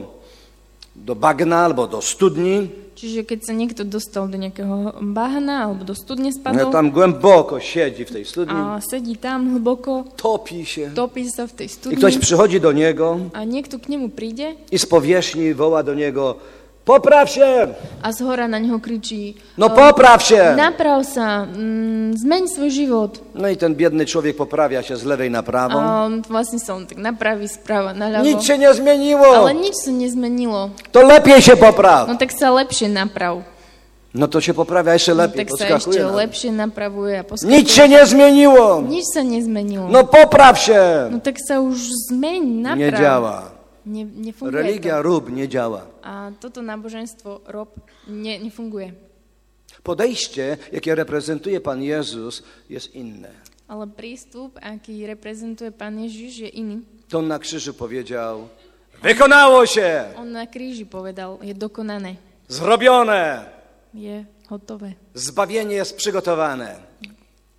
Speaker 1: do bagna albo do studni,
Speaker 2: Čiže keď sa niekto dostal do nejakého bahna alebo do studne
Speaker 1: no,
Speaker 2: spadol
Speaker 1: tam głęboko siedzi w tej studni,
Speaker 2: a sedí tam hlboko,
Speaker 1: topi się.
Speaker 2: topí sa v tej
Speaker 1: I ktoś
Speaker 2: studni
Speaker 1: przychodzi do niego
Speaker 2: a niekto k nemu príde
Speaker 1: i z powierzchni woła do niego: Popraw się!
Speaker 2: a z hora na neho kričí
Speaker 1: No
Speaker 2: "O,
Speaker 1: popraw się!
Speaker 2: Naprav sa, mm, zmeň svoj život.
Speaker 1: No i ten biedny człowiek poprawia się z lewej na prawą.
Speaker 2: A on vlastne sa on tak napraví správa naľavo.
Speaker 1: Nic się nie zmieniło!
Speaker 2: Ale nič sa nezmenilo.
Speaker 1: To lepiej się popraw!
Speaker 2: No tak sa lepšie naprav.
Speaker 1: No to się poprawia jeszcze
Speaker 2: No,
Speaker 1: lepiej,
Speaker 2: tak sa ešte
Speaker 1: podskakuje. nam.
Speaker 2: lepšie napravuje a poskakuje.
Speaker 1: Nic się nie zmieniło!
Speaker 2: Nič sa nezmenilo.
Speaker 1: No popraw się!
Speaker 2: No tak sa už zmeň,
Speaker 1: Nie
Speaker 2: naprav.
Speaker 1: działa.
Speaker 2: Ne, nefunguje
Speaker 1: Religia
Speaker 2: to.
Speaker 1: rób nie działa.
Speaker 2: A toto náboženstvo rob ne, nefunguje.
Speaker 1: Podejście, jakie reprezentuje Pan Jezus, jest inne.
Speaker 2: Ale prístup, aký reprezentuje Pán Ježiš, je iný.
Speaker 1: To on na krzyżu powiedział: Wykonało się!
Speaker 2: On na kríži povedal, je dokonané,
Speaker 1: Zrobione!
Speaker 2: je hotové.
Speaker 1: Zbawienie jest przygotowane.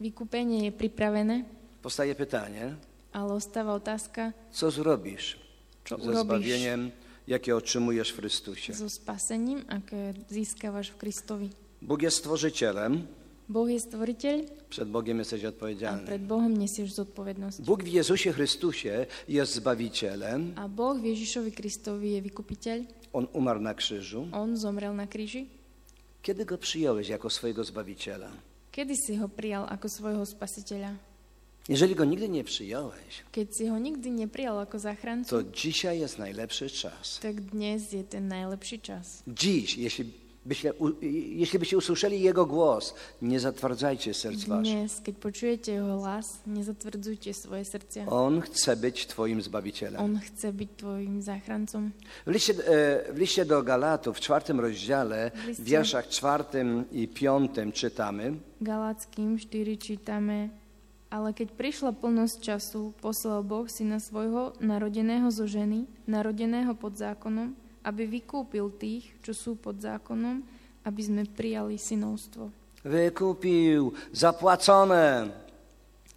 Speaker 2: Vykúpenie je pripravené,
Speaker 1: Powstaje pytanie:
Speaker 2: ale ostáva otázka
Speaker 1: co zrobisz
Speaker 2: Čo
Speaker 1: ze
Speaker 2: urobisz?
Speaker 1: zbawieniem, jakie otrzymujesz w Chrystusie?
Speaker 2: so spasením, aké získavaš v Kristovi.
Speaker 1: Bóg jest stworzycielem,
Speaker 2: Boh je stvoriteľ
Speaker 1: przed Bogiem jesteś
Speaker 2: a
Speaker 1: odpowiedzialny.
Speaker 2: pred Bohom nesieš zodpovednosť.
Speaker 1: Bóg w Jezusie Chrystusie jest zbawicielem.
Speaker 2: A Boh v Ježišovi Kristovi je vykupiteľ.
Speaker 1: On umarł na krzyżu.
Speaker 2: On zomrel na kríži.
Speaker 1: Kiedy go przyjąłeś jako swojego zbawiciela?
Speaker 2: Kedy si ho prijal ako svojho spasiteľa?
Speaker 1: Jeżeli go nigdy nie przyjąłeś,
Speaker 2: Keď si ho nikdy neprijal ako záchrancu,
Speaker 1: to dzisiaj jest najlepszy czas.
Speaker 2: tak dnes je ten najlepší čas.
Speaker 1: Dziś, jeśli byście, u, jeśli byście usłyszeli Jego głos, nie zatwardzajcie serc waszych.
Speaker 2: Dnes, keď počujete jeho hlas, nezatvrdzujte svoje srdcia.
Speaker 1: On chce być Twoim Zbawicielem.
Speaker 2: On chce byť tvojim záchrancom.
Speaker 1: W liście, e, w liście do Galatów, w czwartym rozdziale,
Speaker 2: W liście-
Speaker 1: w wierszach czwartym i piątym czytamy,
Speaker 2: Galackým 4 čítame, ale keď prišla plnosť času, poslal Boh syna svojho, narodeného zo ženy, narodeného pod zákonom, aby vykúpil tých, čo sú pod zákonom, aby sme prijali synovstvo.
Speaker 1: wykupił, zapłacone.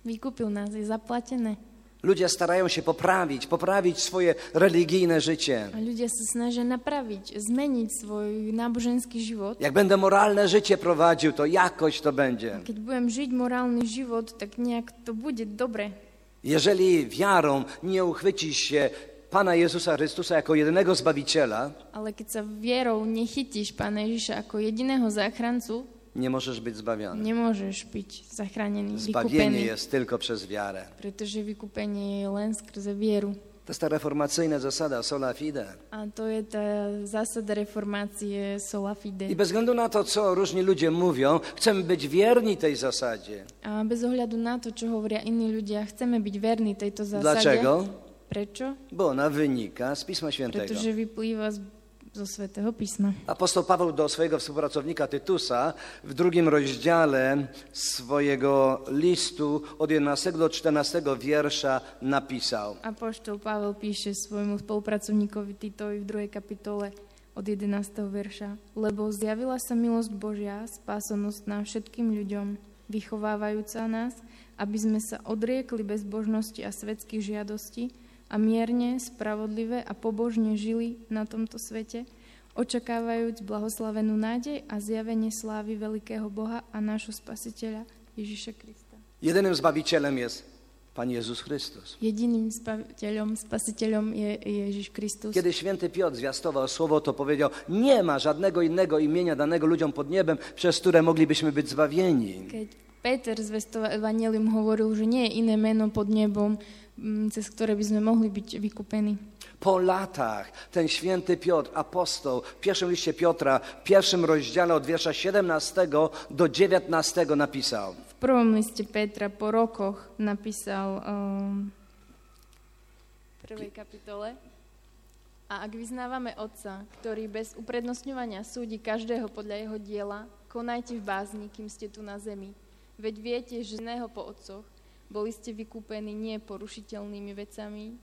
Speaker 2: Vykúpil nás, je zaplatené.
Speaker 1: Ludzie starają się poprawić, poprawić swoje religijne życie.
Speaker 2: A ľudia sa snažia napraviť, zmeniť svoj náboženský život.
Speaker 1: Jak będę moralne życie prowadził, to jakoś to będzie.
Speaker 2: Keď budem žiť morálny život, tak nejak to bude dobre.
Speaker 1: Jeżeli wiarą nie uchwycisz się Pana Jezusa Chrystusa jako jedynego Zbawiciela,
Speaker 2: Ale keď sa vierou nechytíš Pána Ježiša ako jediného záchrancu,
Speaker 1: nie możesz być zbawiony.
Speaker 2: Nemôžeš byť zachránený,
Speaker 1: Zbawienie
Speaker 2: vykúpený,
Speaker 1: jest tylko przez wiarę.
Speaker 2: pretože vykúpenie je len skrze vieru.
Speaker 1: To jest ta reformacyjna zasada sola fide.
Speaker 2: A to je tá zásada reformácie
Speaker 1: I
Speaker 2: sola fide.
Speaker 1: bez względu na to, co różni ludzie mówią, chcemy być wierni tej zasadzie.
Speaker 2: A bez ohľadu na to, čo hovoria iní ľudia, chceme byť verní tejto zásade.
Speaker 1: Dlaczego?
Speaker 2: Prečo?
Speaker 1: Bo ona wynika z Pisma Świętego.
Speaker 2: Pretože vyplýva z, zo Svetého písma.
Speaker 1: Apostoł Paweł do swojego współpracownika Tytusa w drugim rozdziale swojego listu od 11 do 14 wiersza napisał.
Speaker 2: Apoštol Pavel píše svojmu spolupracovníkovi Titovi v druhej kapitole od 11. verša. Lebo zjavila sa milosť Božia, spásanosť nám všetkým ľuďom, vychovávajúca nás, aby sme sa odriekli bezbožnosti a svetských žiadostí a mierne, spravodlivé a pobožne žili na tomto svete, očakávajúc blahoslavenú nádej a zjavenie slávy veľkého Boha a nášho spasiteľa Ježiša Krista.
Speaker 1: Jedynym zbawicielem jest Pan Jezus Chrystus.
Speaker 2: Jediným spaviteľom, spasiteľom je Ježiš Kristus.
Speaker 1: Kiedy święty Piotr zwiastował słowo, to powiedział: Nie ma żadnego innego imienia danego ludziom pod niebem, przez które moglibyśmy być zbawieni.
Speaker 2: Keď Peter zvestoval Evangelium, hovoril, že nie je iné meno pod nebom, mm, cez ktoré by sme mohli byť vykúpení.
Speaker 1: Po latach ten święty Piotr, apostoł, w pierwszym liście Piotra, w pierwszym rozdziale od wiersza 17 do 19 napisał.
Speaker 2: V prvom liste Petra po rokoch ehm, napísal um, v prvej kapitole A ak vyznávame Otca, ktorý bez uprednostňovania súdi každého podľa jeho diela, konajte v bázni, kým ste tu na zemi. Veď viete, že z iného po otcoch boli ste vykúpení nie porušiteľnými vecami,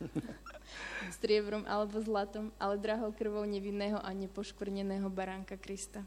Speaker 2: striebrom alebo zlatom, ale drahou krvou nevinného a nepoškvrneného baránka Krista.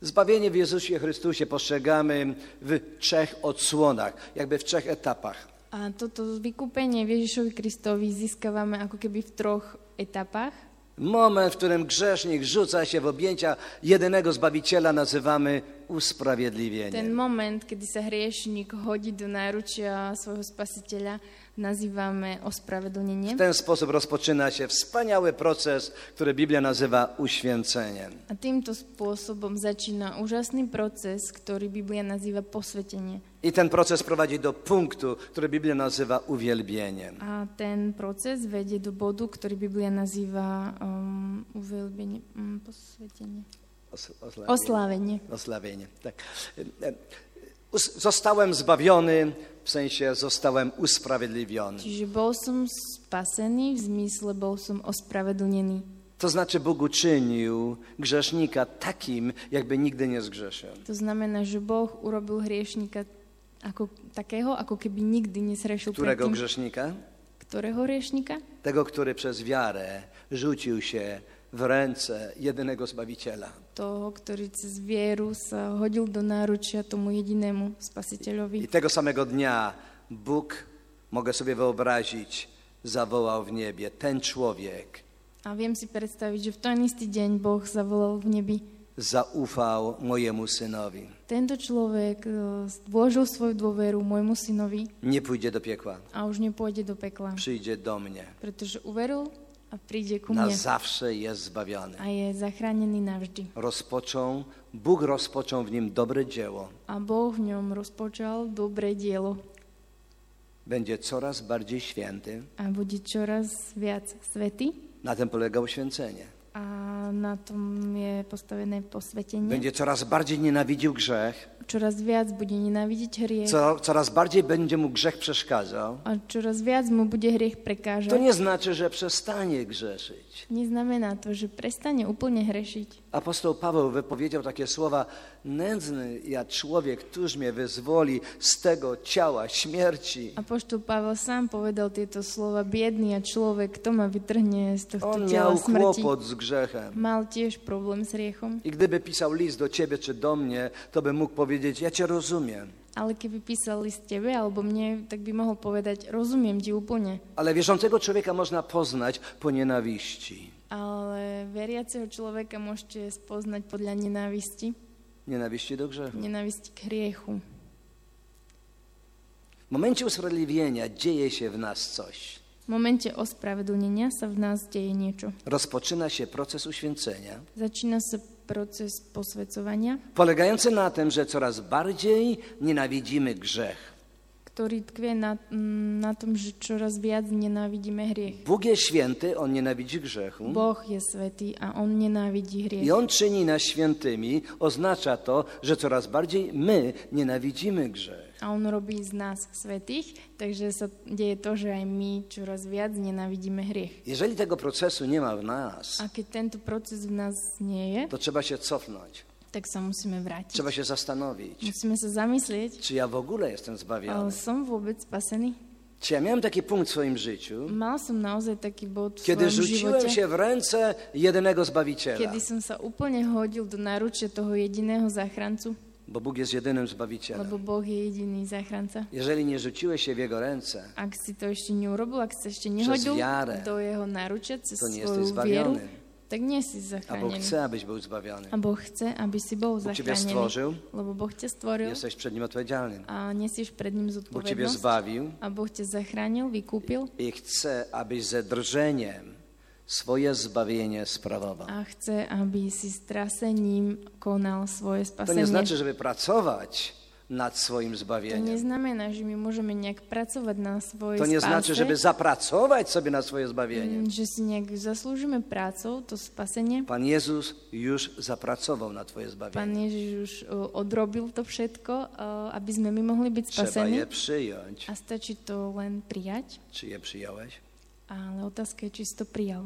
Speaker 1: Zbawienie w Jezusie Chrystusie postrzegamy w trzech odsłonach, jakby w trzech etapach.
Speaker 2: A toto vykúpenie v Ježišovi Kristovi získavame ako keby v troch etapách.
Speaker 1: Moment, w którym grzesznik rzuca się w objęcia jedynego Zbawiciela, nazywamy usprawiedliwieniem.
Speaker 2: Ten moment, kedy sa hriešnik hodí do náručia svojho spasiteľa, nazývame ospravedlnenie.
Speaker 1: W ten sposób rozpoczyna się wspaniały proces, który Biblia nazywa uświęceniem.
Speaker 2: A týmto spôsobom začína úžasný proces, ktorý Biblia nazýva posvetenie.
Speaker 1: I ten proces prowadzi do punktu, który Biblia nazywa uwielbieniem.
Speaker 2: A ten proces vedie do bodu, ktorý Biblia nazýva um, uveľbenie, um, posvetenie.
Speaker 1: Os- oslawia-
Speaker 2: Oslávenie.
Speaker 1: Osławienie. Tak. E, e, us- Zostałem zbawiony, w sensie zostałem usprawiedliwiony.
Speaker 2: Čiže bol som spasený, v zmysle bol som ospravedlnený.
Speaker 1: To znaczy Bóg uczynił grzesznika takim, jakby nigdy nie zgrzeszył.
Speaker 2: To znamená, že Boh urobil hriešnika ako takého, ako keby nikdy nesrešil
Speaker 1: Którego
Speaker 2: predtým.
Speaker 1: grzesznika?
Speaker 2: Ktorého hriešnika?
Speaker 1: Tego, który przez wiarę rzucił się w ręce jedynego Zbawiciela.
Speaker 2: Toho, ktorý cez vieru sa hodil do náručia tomu jedinému
Speaker 1: I
Speaker 2: spasiteľovi.
Speaker 1: tego samego dnia Bóg, mogę sobie wyobrazić, zawołał w niebie, ten człowiek
Speaker 2: A viem si predstaviť, že v ten istý deň Boh zavolal v nebi.
Speaker 1: zaufał mojemu synowi.
Speaker 2: Tento človek eh, vložil svoju dôveru môjmu synovi
Speaker 1: Nie pójdzie do piekła,
Speaker 2: a už nepôjde do pekla,
Speaker 1: przyjdzie do mnie.
Speaker 2: pretože uveril a príde ku
Speaker 1: Na
Speaker 2: mne
Speaker 1: zawsze jest zbawiony.
Speaker 2: a je zachránený navždy.
Speaker 1: Rozpoczął, Bóg rozpoczął w nim dobre dzieło.
Speaker 2: A Boh v ňom rozpočal dobré dielo
Speaker 1: Będzie coraz bardziej święty.
Speaker 2: a bude čoraz viac svety
Speaker 1: Na tym polega uświęcenie.
Speaker 2: a na tom je postavené posvetenie.
Speaker 1: Będzie coraz bardziej nienawidził grzech,
Speaker 2: Čoraz viac bude nenávidieť hriech
Speaker 1: co, coraz bardziej będzie mu grzech przeszkadzał.
Speaker 2: a čoraz viac mu bude hriech
Speaker 1: To
Speaker 2: prekážať.
Speaker 1: nie znaczy, że przestanie grzeszyć.
Speaker 2: Neznamená to, že prestane úplne hrešiť.
Speaker 1: Apostoł Paweł wypowiedział takie słowa: Nędzny ja człowiek, któż mnie wyzwoli z tego ciała śmierci.
Speaker 2: Apoštol Pavel sám povedal tieto slova, biedný a človek, kto ma vytrhne z tohto
Speaker 1: On
Speaker 2: tela
Speaker 1: miał
Speaker 2: smrti.
Speaker 1: kłopot z grzechem.
Speaker 2: Mal tiež problém s riechom,
Speaker 1: I gdyby pisał list do ciebie czy do mnie, to by mógł powiedzieć: Ja cię rozumiem.
Speaker 2: ale keby písal list tebe alebo mne, tak by mohol povedať, rozumiem ti úplne.
Speaker 1: Ale wierzącego człowieka można poznać po nienawiści.
Speaker 2: Ale veriaceho človeka môžete spoznať podľa nenávisti,
Speaker 1: Nienawiści do grzechu.
Speaker 2: nenávisti k hriechu.
Speaker 1: W momencie usprawiedliwienia dzieje się w nas coś.
Speaker 2: V momente ospravedlnenia sa v nás deje niečo.
Speaker 1: Rozpoczyna się proces uświęcenia,
Speaker 2: Začína sa proces posvedcovania,
Speaker 1: polegający na tym, że coraz bardziej nienawidzimy grzech.
Speaker 2: ktorý tkvie na, mm, na tom, že čoraz viac nenávidíme hriech.
Speaker 1: Bóg jest święty, on nienawidzi grzechu.
Speaker 2: Boh je svetý a on nenávidí hriech.
Speaker 1: I on czyni nas świętymi, oznacza to, że coraz bardziej my nienawidzimy grzech.
Speaker 2: A on robí z nás svetých, takže sa deje to, že aj my čoraz viac nenávidíme hriech.
Speaker 1: Jeżeli tego procesu nie ma w nas,
Speaker 2: A keď tento proces v nás nie je,
Speaker 1: to trzeba się cofnąć,
Speaker 2: tak sa musíme vrátiť.
Speaker 1: trzeba się zastanowić,
Speaker 2: Musíme sa zamyslieť,
Speaker 1: czy ja w ogóle jestem
Speaker 2: ale
Speaker 1: zbawiony.
Speaker 2: som vôbec spasený?
Speaker 1: Czy ja miałem taki punkt w swoim życiu,
Speaker 2: Mal som naozaj taký bod v
Speaker 1: kiedy
Speaker 2: svojom
Speaker 1: rzuciłem
Speaker 2: živote,
Speaker 1: się w ręce jedynego
Speaker 2: kedy
Speaker 1: Zbawiciela?
Speaker 2: som sa úplne hodil do náručia toho jediného záchrancu,
Speaker 1: Bo Bóg jest jedynym
Speaker 2: lebo
Speaker 1: Zbawicielem.
Speaker 2: Boh je jediný záchranca.
Speaker 1: Jeżeli nie rzuciłeś się w Jego ręce,
Speaker 2: Ak si to ešte neurobil, ak sa ešte nehodil
Speaker 1: viare.
Speaker 2: do jeho náručia cez
Speaker 1: To nie
Speaker 2: svoju
Speaker 1: jesteś
Speaker 2: vieru,
Speaker 1: zbawiony.
Speaker 2: tak nie si
Speaker 1: a Bóg
Speaker 2: zachránený.
Speaker 1: chce, abyś był zbawiony.
Speaker 2: A Boh chce, aby si bol
Speaker 1: Bóg ciebie
Speaker 2: zachránený.
Speaker 1: stworzył,
Speaker 2: Lebo Boh ťa stvoril
Speaker 1: jesteś przed Nim odpowiedzialny.
Speaker 2: a nesieš pred ním
Speaker 1: Bóg ciebie
Speaker 2: zodpovednosť.
Speaker 1: zbawił
Speaker 2: A Boh ťa zachránil, vykúpil
Speaker 1: i chce, abyś ze drżeniem swoje zbawienie sprawował.
Speaker 2: a chce, aby si s trasením konal svoje
Speaker 1: To nie
Speaker 2: spasenie.
Speaker 1: znaczy, żeby pracować, nad swoim
Speaker 2: To
Speaker 1: zbawieniem.
Speaker 2: neznamená, že my môžeme nejak pracovať na svojej
Speaker 1: To nie
Speaker 2: spáse,
Speaker 1: znaczy, żeby zapracować sobie na swoje zbawienie.
Speaker 2: mm, že si nejak zaslúžime prácou to spasenie.
Speaker 1: Pan Jezus już zapracował na twoje zbawienie.
Speaker 2: Pán Ježiš už o, odrobil to všetko, o, aby sme my mohli byť
Speaker 1: Trzeba
Speaker 2: spasení.
Speaker 1: je przyjąć.
Speaker 2: A stačí to len prijať,
Speaker 1: Czy je przyjąłeś?
Speaker 2: ale otázka je, či si to prijal.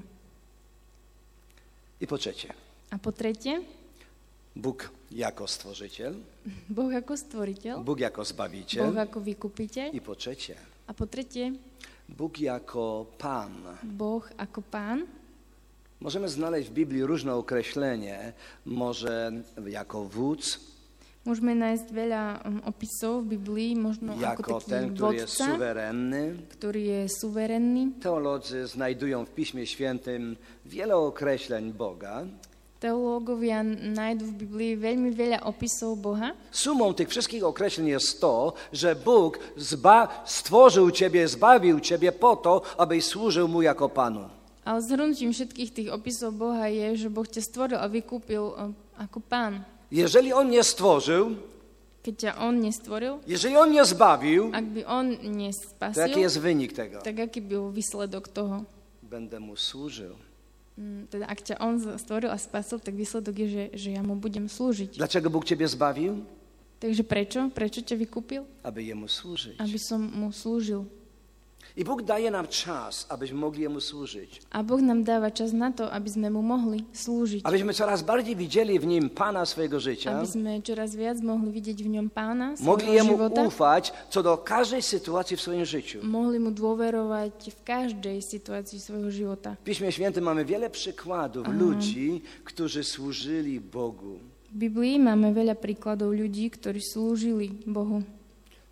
Speaker 1: I po trzecie,
Speaker 2: A po tretie,
Speaker 1: Bóg jako Stworzyciel,
Speaker 2: Boh ako stvoriteľ,
Speaker 1: Bóg jako
Speaker 2: Boh
Speaker 1: Zbawiciel.
Speaker 2: ako vykupiteľ
Speaker 1: I po trzecie,
Speaker 2: a po tretie,
Speaker 1: Bóg jako Pan.
Speaker 2: Boh ako pán.
Speaker 1: Możemy znaleźć w Biblii różne określenie, może jako wódz,
Speaker 2: Môžeme nájsť veľa um, opisov v Biblii, možno
Speaker 1: jako
Speaker 2: ako taký
Speaker 1: ten, który jest
Speaker 2: vodca,
Speaker 1: suwerenny.
Speaker 2: ktorý je suverénny.
Speaker 1: Teolodzy znajdują w Piśmie Świętym wiele określeń Boga.
Speaker 2: Teológovia nájdú v Biblii veľmi veľa opisov Boha.
Speaker 1: Sumą tych wszystkich określeń jest to, że Bóg zba- stworzył Ciebie, zbawił Ciebie po to, abyś służył Mu jako Panu.
Speaker 2: Ale zhrnutím všetkých tých opisov Boha je, že Boh ťa stvoril a vykúpil um, ako pán.
Speaker 1: Jeżeli On nie stworzył,
Speaker 2: Keď ťa On nestvoril,
Speaker 1: jeżeli On nie zbawił,
Speaker 2: ak by On
Speaker 1: to jaki
Speaker 2: nespasil,
Speaker 1: jest wynik tego?
Speaker 2: tak aký byl výsledok toho?
Speaker 1: Będę Mu służył.
Speaker 2: Mm, Teda ak ťa On stvoril a spasil, tak výsledok je, že, že ja mu budem slúžiť.
Speaker 1: Dlaczego Bóg Ciebie zbawił?
Speaker 2: Takže prečo? Prečo ťa vykúpil?
Speaker 1: Aby Jemu służyć.
Speaker 2: Aby som mu slúžil.
Speaker 1: I Bóg daje nam czas, abyśmy mogli Jemu służyć.
Speaker 2: A Boh nám dáva čas na to, aby sme mu mohli slúžiť.
Speaker 1: Abyśmy coraz bardziej widzieli w Nim Pana swojego życia.
Speaker 2: Aby sme čoraz viac mohli vidieť v ňom pána,
Speaker 1: Mogli
Speaker 2: svojho
Speaker 1: Jemu
Speaker 2: života.
Speaker 1: ufać co do każdej sytuacji w swoim życiu.
Speaker 2: Mohli mu dôverovať v každej situácii svojho života.
Speaker 1: W Piśmie Świętym mamy wiele przykładów ludzi, którzy służyli Bogu.
Speaker 2: V Biblii máme veľa príkladov ľudí, ktorí slúžili Bohu.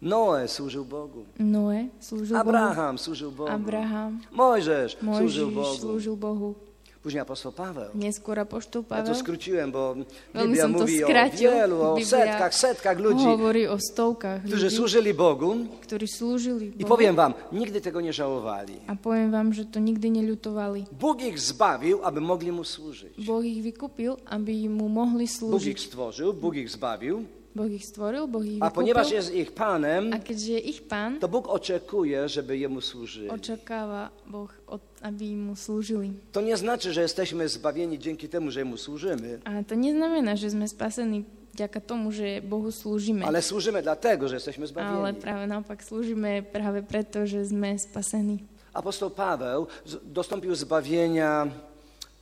Speaker 1: Noe służył Bogu.
Speaker 2: Noé slúžil Bohu.
Speaker 1: Abraham służył Bogu.
Speaker 2: Abraham.
Speaker 1: Mojżesz służył
Speaker 2: Mojžiš
Speaker 1: Bogu.
Speaker 2: slúžil Bohu.
Speaker 1: Później apostoł Paweł.
Speaker 2: Neskôr apoštol
Speaker 1: Ja to
Speaker 2: Pavel
Speaker 1: skróciłem, bo
Speaker 2: Veľmi
Speaker 1: Biblia
Speaker 2: som No, to
Speaker 1: mówi o
Speaker 2: skrátil.
Speaker 1: wielu, o
Speaker 2: Biblia
Speaker 1: setkach, setkach ludzi,
Speaker 2: hovorí o stovkách
Speaker 1: którzy
Speaker 2: ľudí,
Speaker 1: służyli Bogu.
Speaker 2: ktorí slúžili
Speaker 1: I
Speaker 2: Bohu.
Speaker 1: powiem wam, nigdy tego nie żałowali.
Speaker 2: A poviem vám, že to nikdy neľutovali.
Speaker 1: Bóg ich zbawił, aby mogli Mu służyć.
Speaker 2: Boh ich vykúpil, aby mu mohli
Speaker 1: Bóg
Speaker 2: slúžiť.
Speaker 1: ich stworzył, Bóg ich zbawił,
Speaker 2: Boh ich stvoril, Boh ich
Speaker 1: a ponieważ
Speaker 2: vykúpil.
Speaker 1: jest ich Panem,
Speaker 2: A keďže je ich pán,
Speaker 1: to Bóg oczekuje, żeby Jemu służyli.
Speaker 2: očakáva Boh, od- aby mu slúžili.
Speaker 1: To nie znaczy, że jesteśmy zbawieni dzięki temu, że Mu służymy,
Speaker 2: A to neznamená, že sme spasení vďaka tomu, że Bohu slúžime.
Speaker 1: ale służymy dlatego, że jesteśmy
Speaker 2: Ale
Speaker 1: zbawieni.
Speaker 2: práve naopak slúžime práve preto, že sme spasení.
Speaker 1: Apostoł Paweł z- dostąpił zbawienia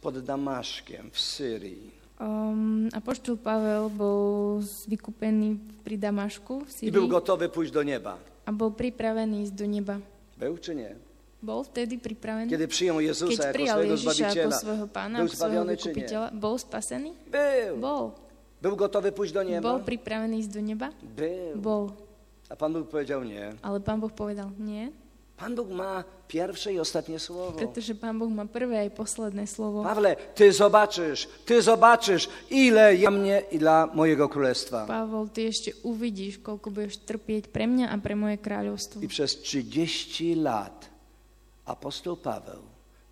Speaker 1: pod Damaszkiem w Syrii.
Speaker 2: Um, Apoštol Pavel bol vykúpený pri Damašku v
Speaker 1: I
Speaker 2: Syrii
Speaker 1: był gotowy pójść do nieba.
Speaker 2: a bol pripravený ísť do neba.
Speaker 1: Był czy nie?
Speaker 2: Bol vtedy pripravený?
Speaker 1: Kiedy przyjął
Speaker 2: Keď
Speaker 1: Jezusa jako
Speaker 2: prijal
Speaker 1: swojego
Speaker 2: Ježiša ako
Speaker 1: Zbawiciela,
Speaker 2: svojho pána,
Speaker 1: był
Speaker 2: ako svojho
Speaker 1: zbawiony czy nie?
Speaker 2: vykupiteľa, bol spasený?
Speaker 1: Był.
Speaker 2: Bol.
Speaker 1: Był gotowy pójść do
Speaker 2: Bol
Speaker 1: nieba?
Speaker 2: pripravený ísť do neba?
Speaker 1: Był.
Speaker 2: Bol.
Speaker 1: A Pan Bóg powiedział nie.
Speaker 2: Ale pán Boh povedal nie,
Speaker 1: Pan Bóg ma pierwsze i ostatnie słowo.
Speaker 2: pretože pán Boh má prvé aj posledné slovo.
Speaker 1: Pawle, ty zobaczysz, ty zobaczysz, ile ja mnie i dla mojego królestwa.
Speaker 2: Pavol, ty ešte uvidíš, koľko budeš trpieť pre mňa a pre
Speaker 1: I
Speaker 2: moje kráľovstvo.
Speaker 1: przez 30 lat apostoł Paweł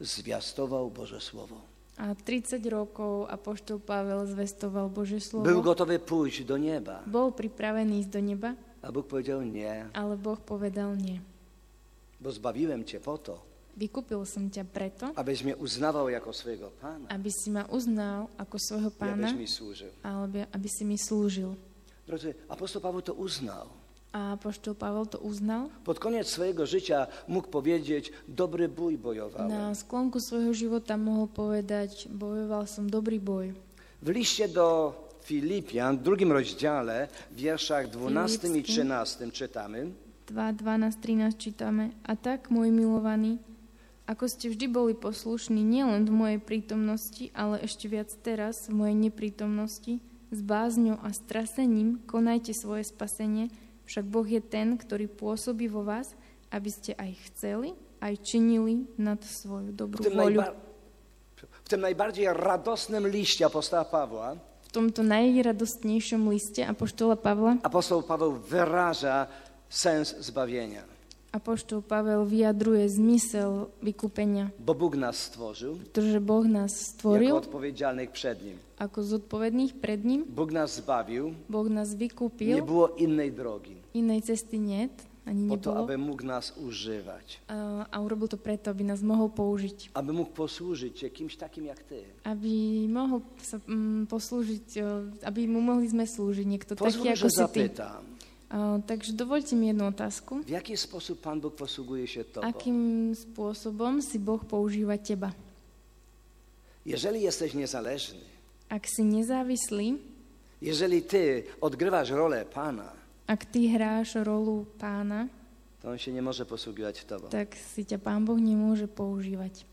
Speaker 1: zwiastował Boże Słowo.
Speaker 2: A 30 rokov apoštol Pavel zvestoval Božie
Speaker 1: Był
Speaker 2: slovo.
Speaker 1: gotowy pójść do nieba,
Speaker 2: Bol pripravený ísť do neba,
Speaker 1: a Bóg powiedział nie,
Speaker 2: ale Boh povedal nie.
Speaker 1: bo zbawiłem cię po to,
Speaker 2: Vykúpil som ťa preto,
Speaker 1: abyś mnie uznawał jako swojego Pana
Speaker 2: aby si ma uznal ako svojho
Speaker 1: i abyś
Speaker 2: pána,
Speaker 1: mi służył.
Speaker 2: alebo aby si mi slúžil.
Speaker 1: Drodzy, apostoł Paweł to uznał.
Speaker 2: A apoštol Pavel to uznal.
Speaker 1: Pod koniec swojego życia mógł powiedzieć, dobry bój bojowałem.
Speaker 2: Na sklonku svojho života mohol povedať, bojoval som dobrý boj.
Speaker 1: W liście do Filipian, w drugim rozdziale, w wierszach 12 i
Speaker 2: Filipskim.
Speaker 1: 13 czytamy.
Speaker 2: 2, 12, 13 čítame. A tak, môj milovaný, ako ste vždy boli poslušní nielen v mojej prítomnosti, ale ešte viac teraz v mojej neprítomnosti, s bázňou a strasením konajte svoje spasenie, však Boh je ten, ktorý pôsobí vo vás, aby ste aj chceli, aj činili nad svoju
Speaker 1: W
Speaker 2: dobrú
Speaker 1: tym,
Speaker 2: voľu.
Speaker 1: najba- w tym najbardziej radosnym liście apostoła Pawła,
Speaker 2: V tomto najradostnejšom liste Apoštola Pavla
Speaker 1: apostoł Paweł wyraża sens zbawienia.
Speaker 2: Apoštol Pavel vyjadruje zmysel vykúpenia,
Speaker 1: bo Bóg nas stworzył
Speaker 2: pretože Boh nás
Speaker 1: jako
Speaker 2: stvoril
Speaker 1: odpowiedzialnych przed Nim.
Speaker 2: ako zodpovedných pred ním,
Speaker 1: Bóg nas zbawił,
Speaker 2: Boh nás
Speaker 1: nie
Speaker 2: vykúpil,
Speaker 1: było innej drogi,
Speaker 2: inej cesty nie, ani
Speaker 1: po to,
Speaker 2: nebolo.
Speaker 1: aby mógł nas używać,
Speaker 2: A, a urobil to preto, aby nás mohol použiť.
Speaker 1: aby mógł posłużyć się kimś takim jak Ty.
Speaker 2: Aby mohol sa mm, poslúžiť, o, aby mu mohli sme slúžiť niekto taký,
Speaker 1: Pozwól,
Speaker 2: ako
Speaker 1: że
Speaker 2: si ty.
Speaker 1: zapytam,
Speaker 2: A, takže dovolte mi jednu otázku.
Speaker 1: w jaki sposób Pan Bóg posługuje się Tobą?
Speaker 2: Akým spôsobom si Boh používa teba?
Speaker 1: Jeżeli jesteś niezależny,
Speaker 2: Ak si nezávislý,
Speaker 1: jeżeli Ty odgrywasz rolę Pana,
Speaker 2: ak ty hráš rolu pána,
Speaker 1: to On się nie może posługiwać Tobą.
Speaker 2: tak si ťa pán Boh nemôže používať.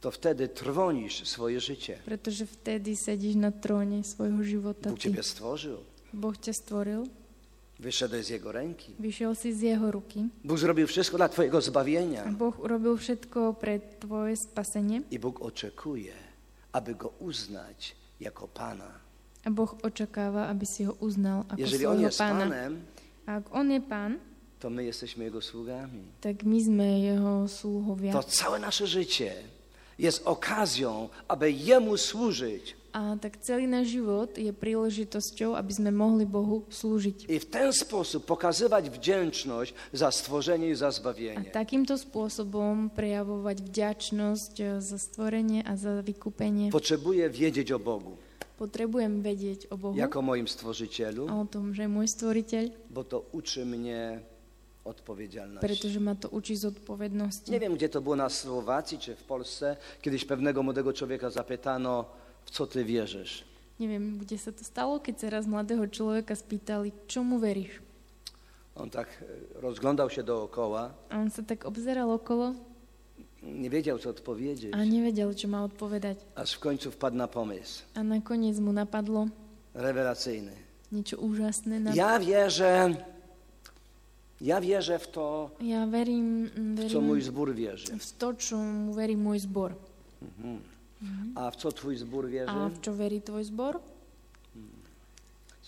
Speaker 1: To wtedy trwonisz swoje życie.
Speaker 2: Pretože vtedy sedíš na tróne svojho života.
Speaker 1: Bóg
Speaker 2: Ty.
Speaker 1: Ciebie stworzył,
Speaker 2: Boh ťa stvoril,
Speaker 1: wyszedłeś z Jego ręki.
Speaker 2: vyšiel si z jeho ruky
Speaker 1: Bóg zrobił wszystko dla Twojego
Speaker 2: a
Speaker 1: zbawienia.
Speaker 2: Boh urobil všetko pre tvoje spasenie.
Speaker 1: I Bóg oczekuje, aby Go uznać jako Pana.
Speaker 2: A Boh očakáva, aby si ho uznal ako
Speaker 1: Jeżeli On
Speaker 2: svojho
Speaker 1: jest
Speaker 2: pána.
Speaker 1: Panem,
Speaker 2: A ak on je pán,
Speaker 1: to my jesteśmy Jego sługami.
Speaker 2: tak my sme jeho
Speaker 1: To
Speaker 2: sluhovia.
Speaker 1: całe nasze życie jest okazją, aby Jemu służyć.
Speaker 2: A tak celý náš život je príležitosťou, aby sme mohli Bohu slúžiť.
Speaker 1: I w ten sposób pokazywać wdzięczność za stworzenie i za
Speaker 2: A
Speaker 1: zbawienie.
Speaker 2: takýmto spôsobom prejavovať vďačnosť eh, za stvorenie a za vykúpenie.
Speaker 1: Potrzebuję wiedzieć o Bogu,
Speaker 2: Potrebujem vedieť o Bohu
Speaker 1: jako moim
Speaker 2: a
Speaker 1: Stworzycielu,
Speaker 2: Mhm. o tom, že je môj stvoriteľ,
Speaker 1: bo to uczy mnie odpowiedzialności.
Speaker 2: pretože ma to učí zodpovednosti.
Speaker 1: Nie wiem, gdzie to było na Słowacji czy w Polsce. Kiedyś pewnego młodego człowieka zapytano, w co ty wierzysz?
Speaker 2: Neviem, kde sa to stalo, keď sa raz mladého človeka spýtali, čomu veríš.
Speaker 1: On tak e, rozglądał się dookoła,
Speaker 2: A on sa tak obzeral okolo
Speaker 1: nie wiedział, co odpowiedzieć,
Speaker 2: a nevedel, čo má odpovedať.
Speaker 1: aż w końcu wpadł na pomysł
Speaker 2: A nakoniec mu napadlo
Speaker 1: rewelacyjny.
Speaker 2: niečo úžasné. Na...
Speaker 1: Ja wierzę, ja wierzę w to,
Speaker 2: ja verím,
Speaker 1: w
Speaker 2: mm, verím
Speaker 1: co mój zbór wierzy.
Speaker 2: v to, čo mu verí môj zbor.
Speaker 1: A w co twój zbór
Speaker 2: A
Speaker 1: wierzy?
Speaker 2: v čo verí tvoj zbor?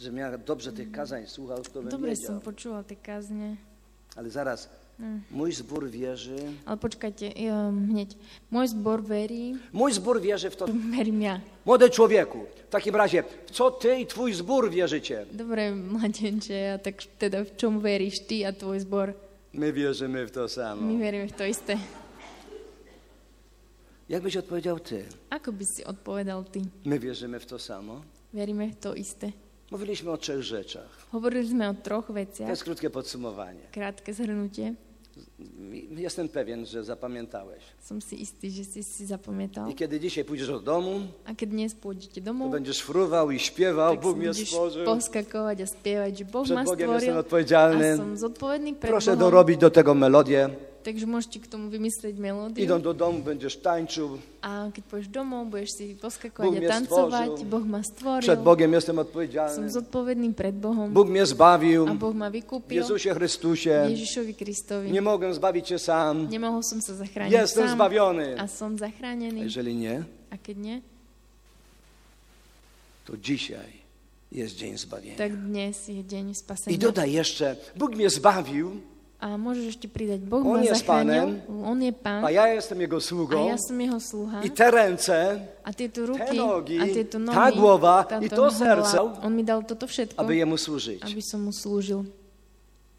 Speaker 1: Żebym ja dobrze tych kazań słuchał, to bym
Speaker 2: Dobre
Speaker 1: wiedział.
Speaker 2: som počúval tie kázne.
Speaker 1: Ale zaraz, mój zbór wierzy,
Speaker 2: Ale počkajte, um, hneď. Môj zbor verí,
Speaker 1: mój zbór wierzy w to,
Speaker 2: verím ja.
Speaker 1: Młody człowieku, w takim razie, w co ty i twój zbór wierzycie?
Speaker 2: Dobre, mladenče, a tak teda v čom veríš ty a tvoj zbor?
Speaker 1: My wierzymy w to samo.
Speaker 2: My veríme v to isté.
Speaker 1: Jak byś odpowiedział ty?
Speaker 2: Ako by si odpovedal ty?
Speaker 1: My wierzymy w to samo.
Speaker 2: Veríme v to isté.
Speaker 1: Mówiliśmy o trzech rzeczach.
Speaker 2: Hovorili sme o troch
Speaker 1: To
Speaker 2: veciach.
Speaker 1: jest krótkie podsumowanie.
Speaker 2: Krátke zhrnutie.
Speaker 1: Jestem pewien, że zapamiętałeś.
Speaker 2: Som si istý, že si si zapamätal.
Speaker 1: I kiedy dzisiaj pójdziesz do domu,
Speaker 2: A keď dnes pôjdete
Speaker 1: to
Speaker 2: domov,
Speaker 1: będziesz fruwał i śpiewał,
Speaker 2: tak si
Speaker 1: Bóg mnie
Speaker 2: budeš
Speaker 1: stworzył.
Speaker 2: poskakovať a spievať, že Boh
Speaker 1: Przed
Speaker 2: ma
Speaker 1: Bogiem jestem
Speaker 2: stvoril a
Speaker 1: odpowiedzialny.
Speaker 2: som zodpovedný pred
Speaker 1: Proszę
Speaker 2: Bohom.
Speaker 1: dorobić do tego melodię.
Speaker 2: Takže môžete k tomu vymyslieť melódiu
Speaker 1: Idąc do domu będziesz tańczył.
Speaker 2: a keď pôjdeš domov, budeš si poskakovať
Speaker 1: Boh
Speaker 2: a
Speaker 1: mne
Speaker 2: tancovať.
Speaker 1: stvoril.
Speaker 2: Boh ma stvoril,
Speaker 1: Przed Bogiem jestem
Speaker 2: som
Speaker 1: odpowiedzialny.
Speaker 2: zodpovedný pred Bohom
Speaker 1: Bóg mnie zbawił.
Speaker 2: a Boh ma
Speaker 1: W
Speaker 2: vykúpil
Speaker 1: Jezusie Chrystusie.
Speaker 2: Ježišovi Kristovi.
Speaker 1: Nie mogę zbawić się sam.
Speaker 2: Nemohol som sa zachrániť
Speaker 1: Jestem
Speaker 2: sám
Speaker 1: zbawiony.
Speaker 2: a som
Speaker 1: A
Speaker 2: zachránený.
Speaker 1: jeżeli nie,
Speaker 2: A keď nie,
Speaker 1: to dzisiaj jest dzień zbawienia.
Speaker 2: tak dnes je deň spasenia.
Speaker 1: I dodaj jeszcze, Bóg mnie zbawił,
Speaker 2: A môžeš ešte pridať, Boh
Speaker 1: On
Speaker 2: ma
Speaker 1: je s
Speaker 2: zachránil, on je pán
Speaker 1: a ja jestem Jego
Speaker 2: a
Speaker 1: sługą.
Speaker 2: ja som jeho sluha.
Speaker 1: I te ręce,
Speaker 2: A tieto
Speaker 1: te
Speaker 2: ruky,
Speaker 1: nogi,
Speaker 2: a tieto nohy,
Speaker 1: ta głowa
Speaker 2: táto
Speaker 1: i to serce,
Speaker 2: hlava, on mi dal toto všetko,
Speaker 1: aby Jemu służyć.
Speaker 2: aby som mu slúžil.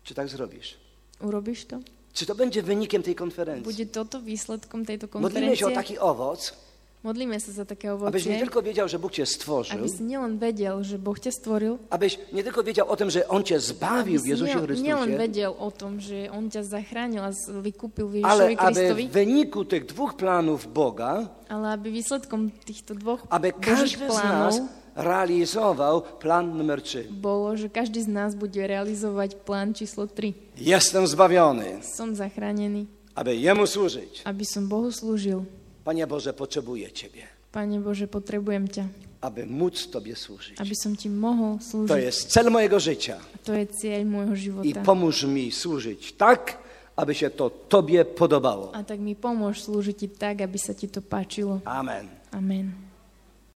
Speaker 1: Czy tak zrobisz?
Speaker 2: Urobíš to?
Speaker 1: Czy to będzie wynikiem tej konferencji?
Speaker 2: Bude toto výsledkom tejto
Speaker 1: Modlimy
Speaker 2: konferencie?
Speaker 1: się o taki owoc,
Speaker 2: Modlíme sa za také
Speaker 1: abyś nie
Speaker 2: ovocie,
Speaker 1: tylko wiedział, że Bóg Cię
Speaker 2: aby
Speaker 1: stworzył,
Speaker 2: si nielen vedel, že Boh ťa stvoril,
Speaker 1: abyś nie tylko wiedział o tym, że On Cię
Speaker 2: aby
Speaker 1: zbawił w
Speaker 2: si
Speaker 1: Jezusie
Speaker 2: nielen, nielen
Speaker 1: Chrystusie,
Speaker 2: vedel o tom, že On ťa zachránil a z- vykúpil v
Speaker 1: ale
Speaker 2: Ježišovi
Speaker 1: aby
Speaker 2: Kristovi,
Speaker 1: w wyniku tych dwóch planów Boga
Speaker 2: ale aby výsledkom týchto dvoch
Speaker 1: aby
Speaker 2: Božích
Speaker 1: każdy z nas
Speaker 2: plánov
Speaker 1: realizował plan numer 3.
Speaker 2: bolo, že každý z nás bude realizovať plán číslo 3.
Speaker 1: Jestem zbawiony,
Speaker 2: Som zachránený,
Speaker 1: aby Jemu służyć.
Speaker 2: aby som Bohu slúžil.
Speaker 1: Panie Boże, potrzebuję Ciebie,
Speaker 2: Pane Bože, potrebujem ťa,
Speaker 1: aby móc Tobie służyć.
Speaker 2: aby som Ti mohol slúžiť.
Speaker 1: To jest cel mojego życia
Speaker 2: A to je cieľ
Speaker 1: i
Speaker 2: môjho života.
Speaker 1: pomóż mi służyć tak, aby się to Tobie podobało.
Speaker 2: A tak mi pomôž slúžiť Ti tak, aby sa Ti to páčilo.
Speaker 1: Amen.
Speaker 2: Amen.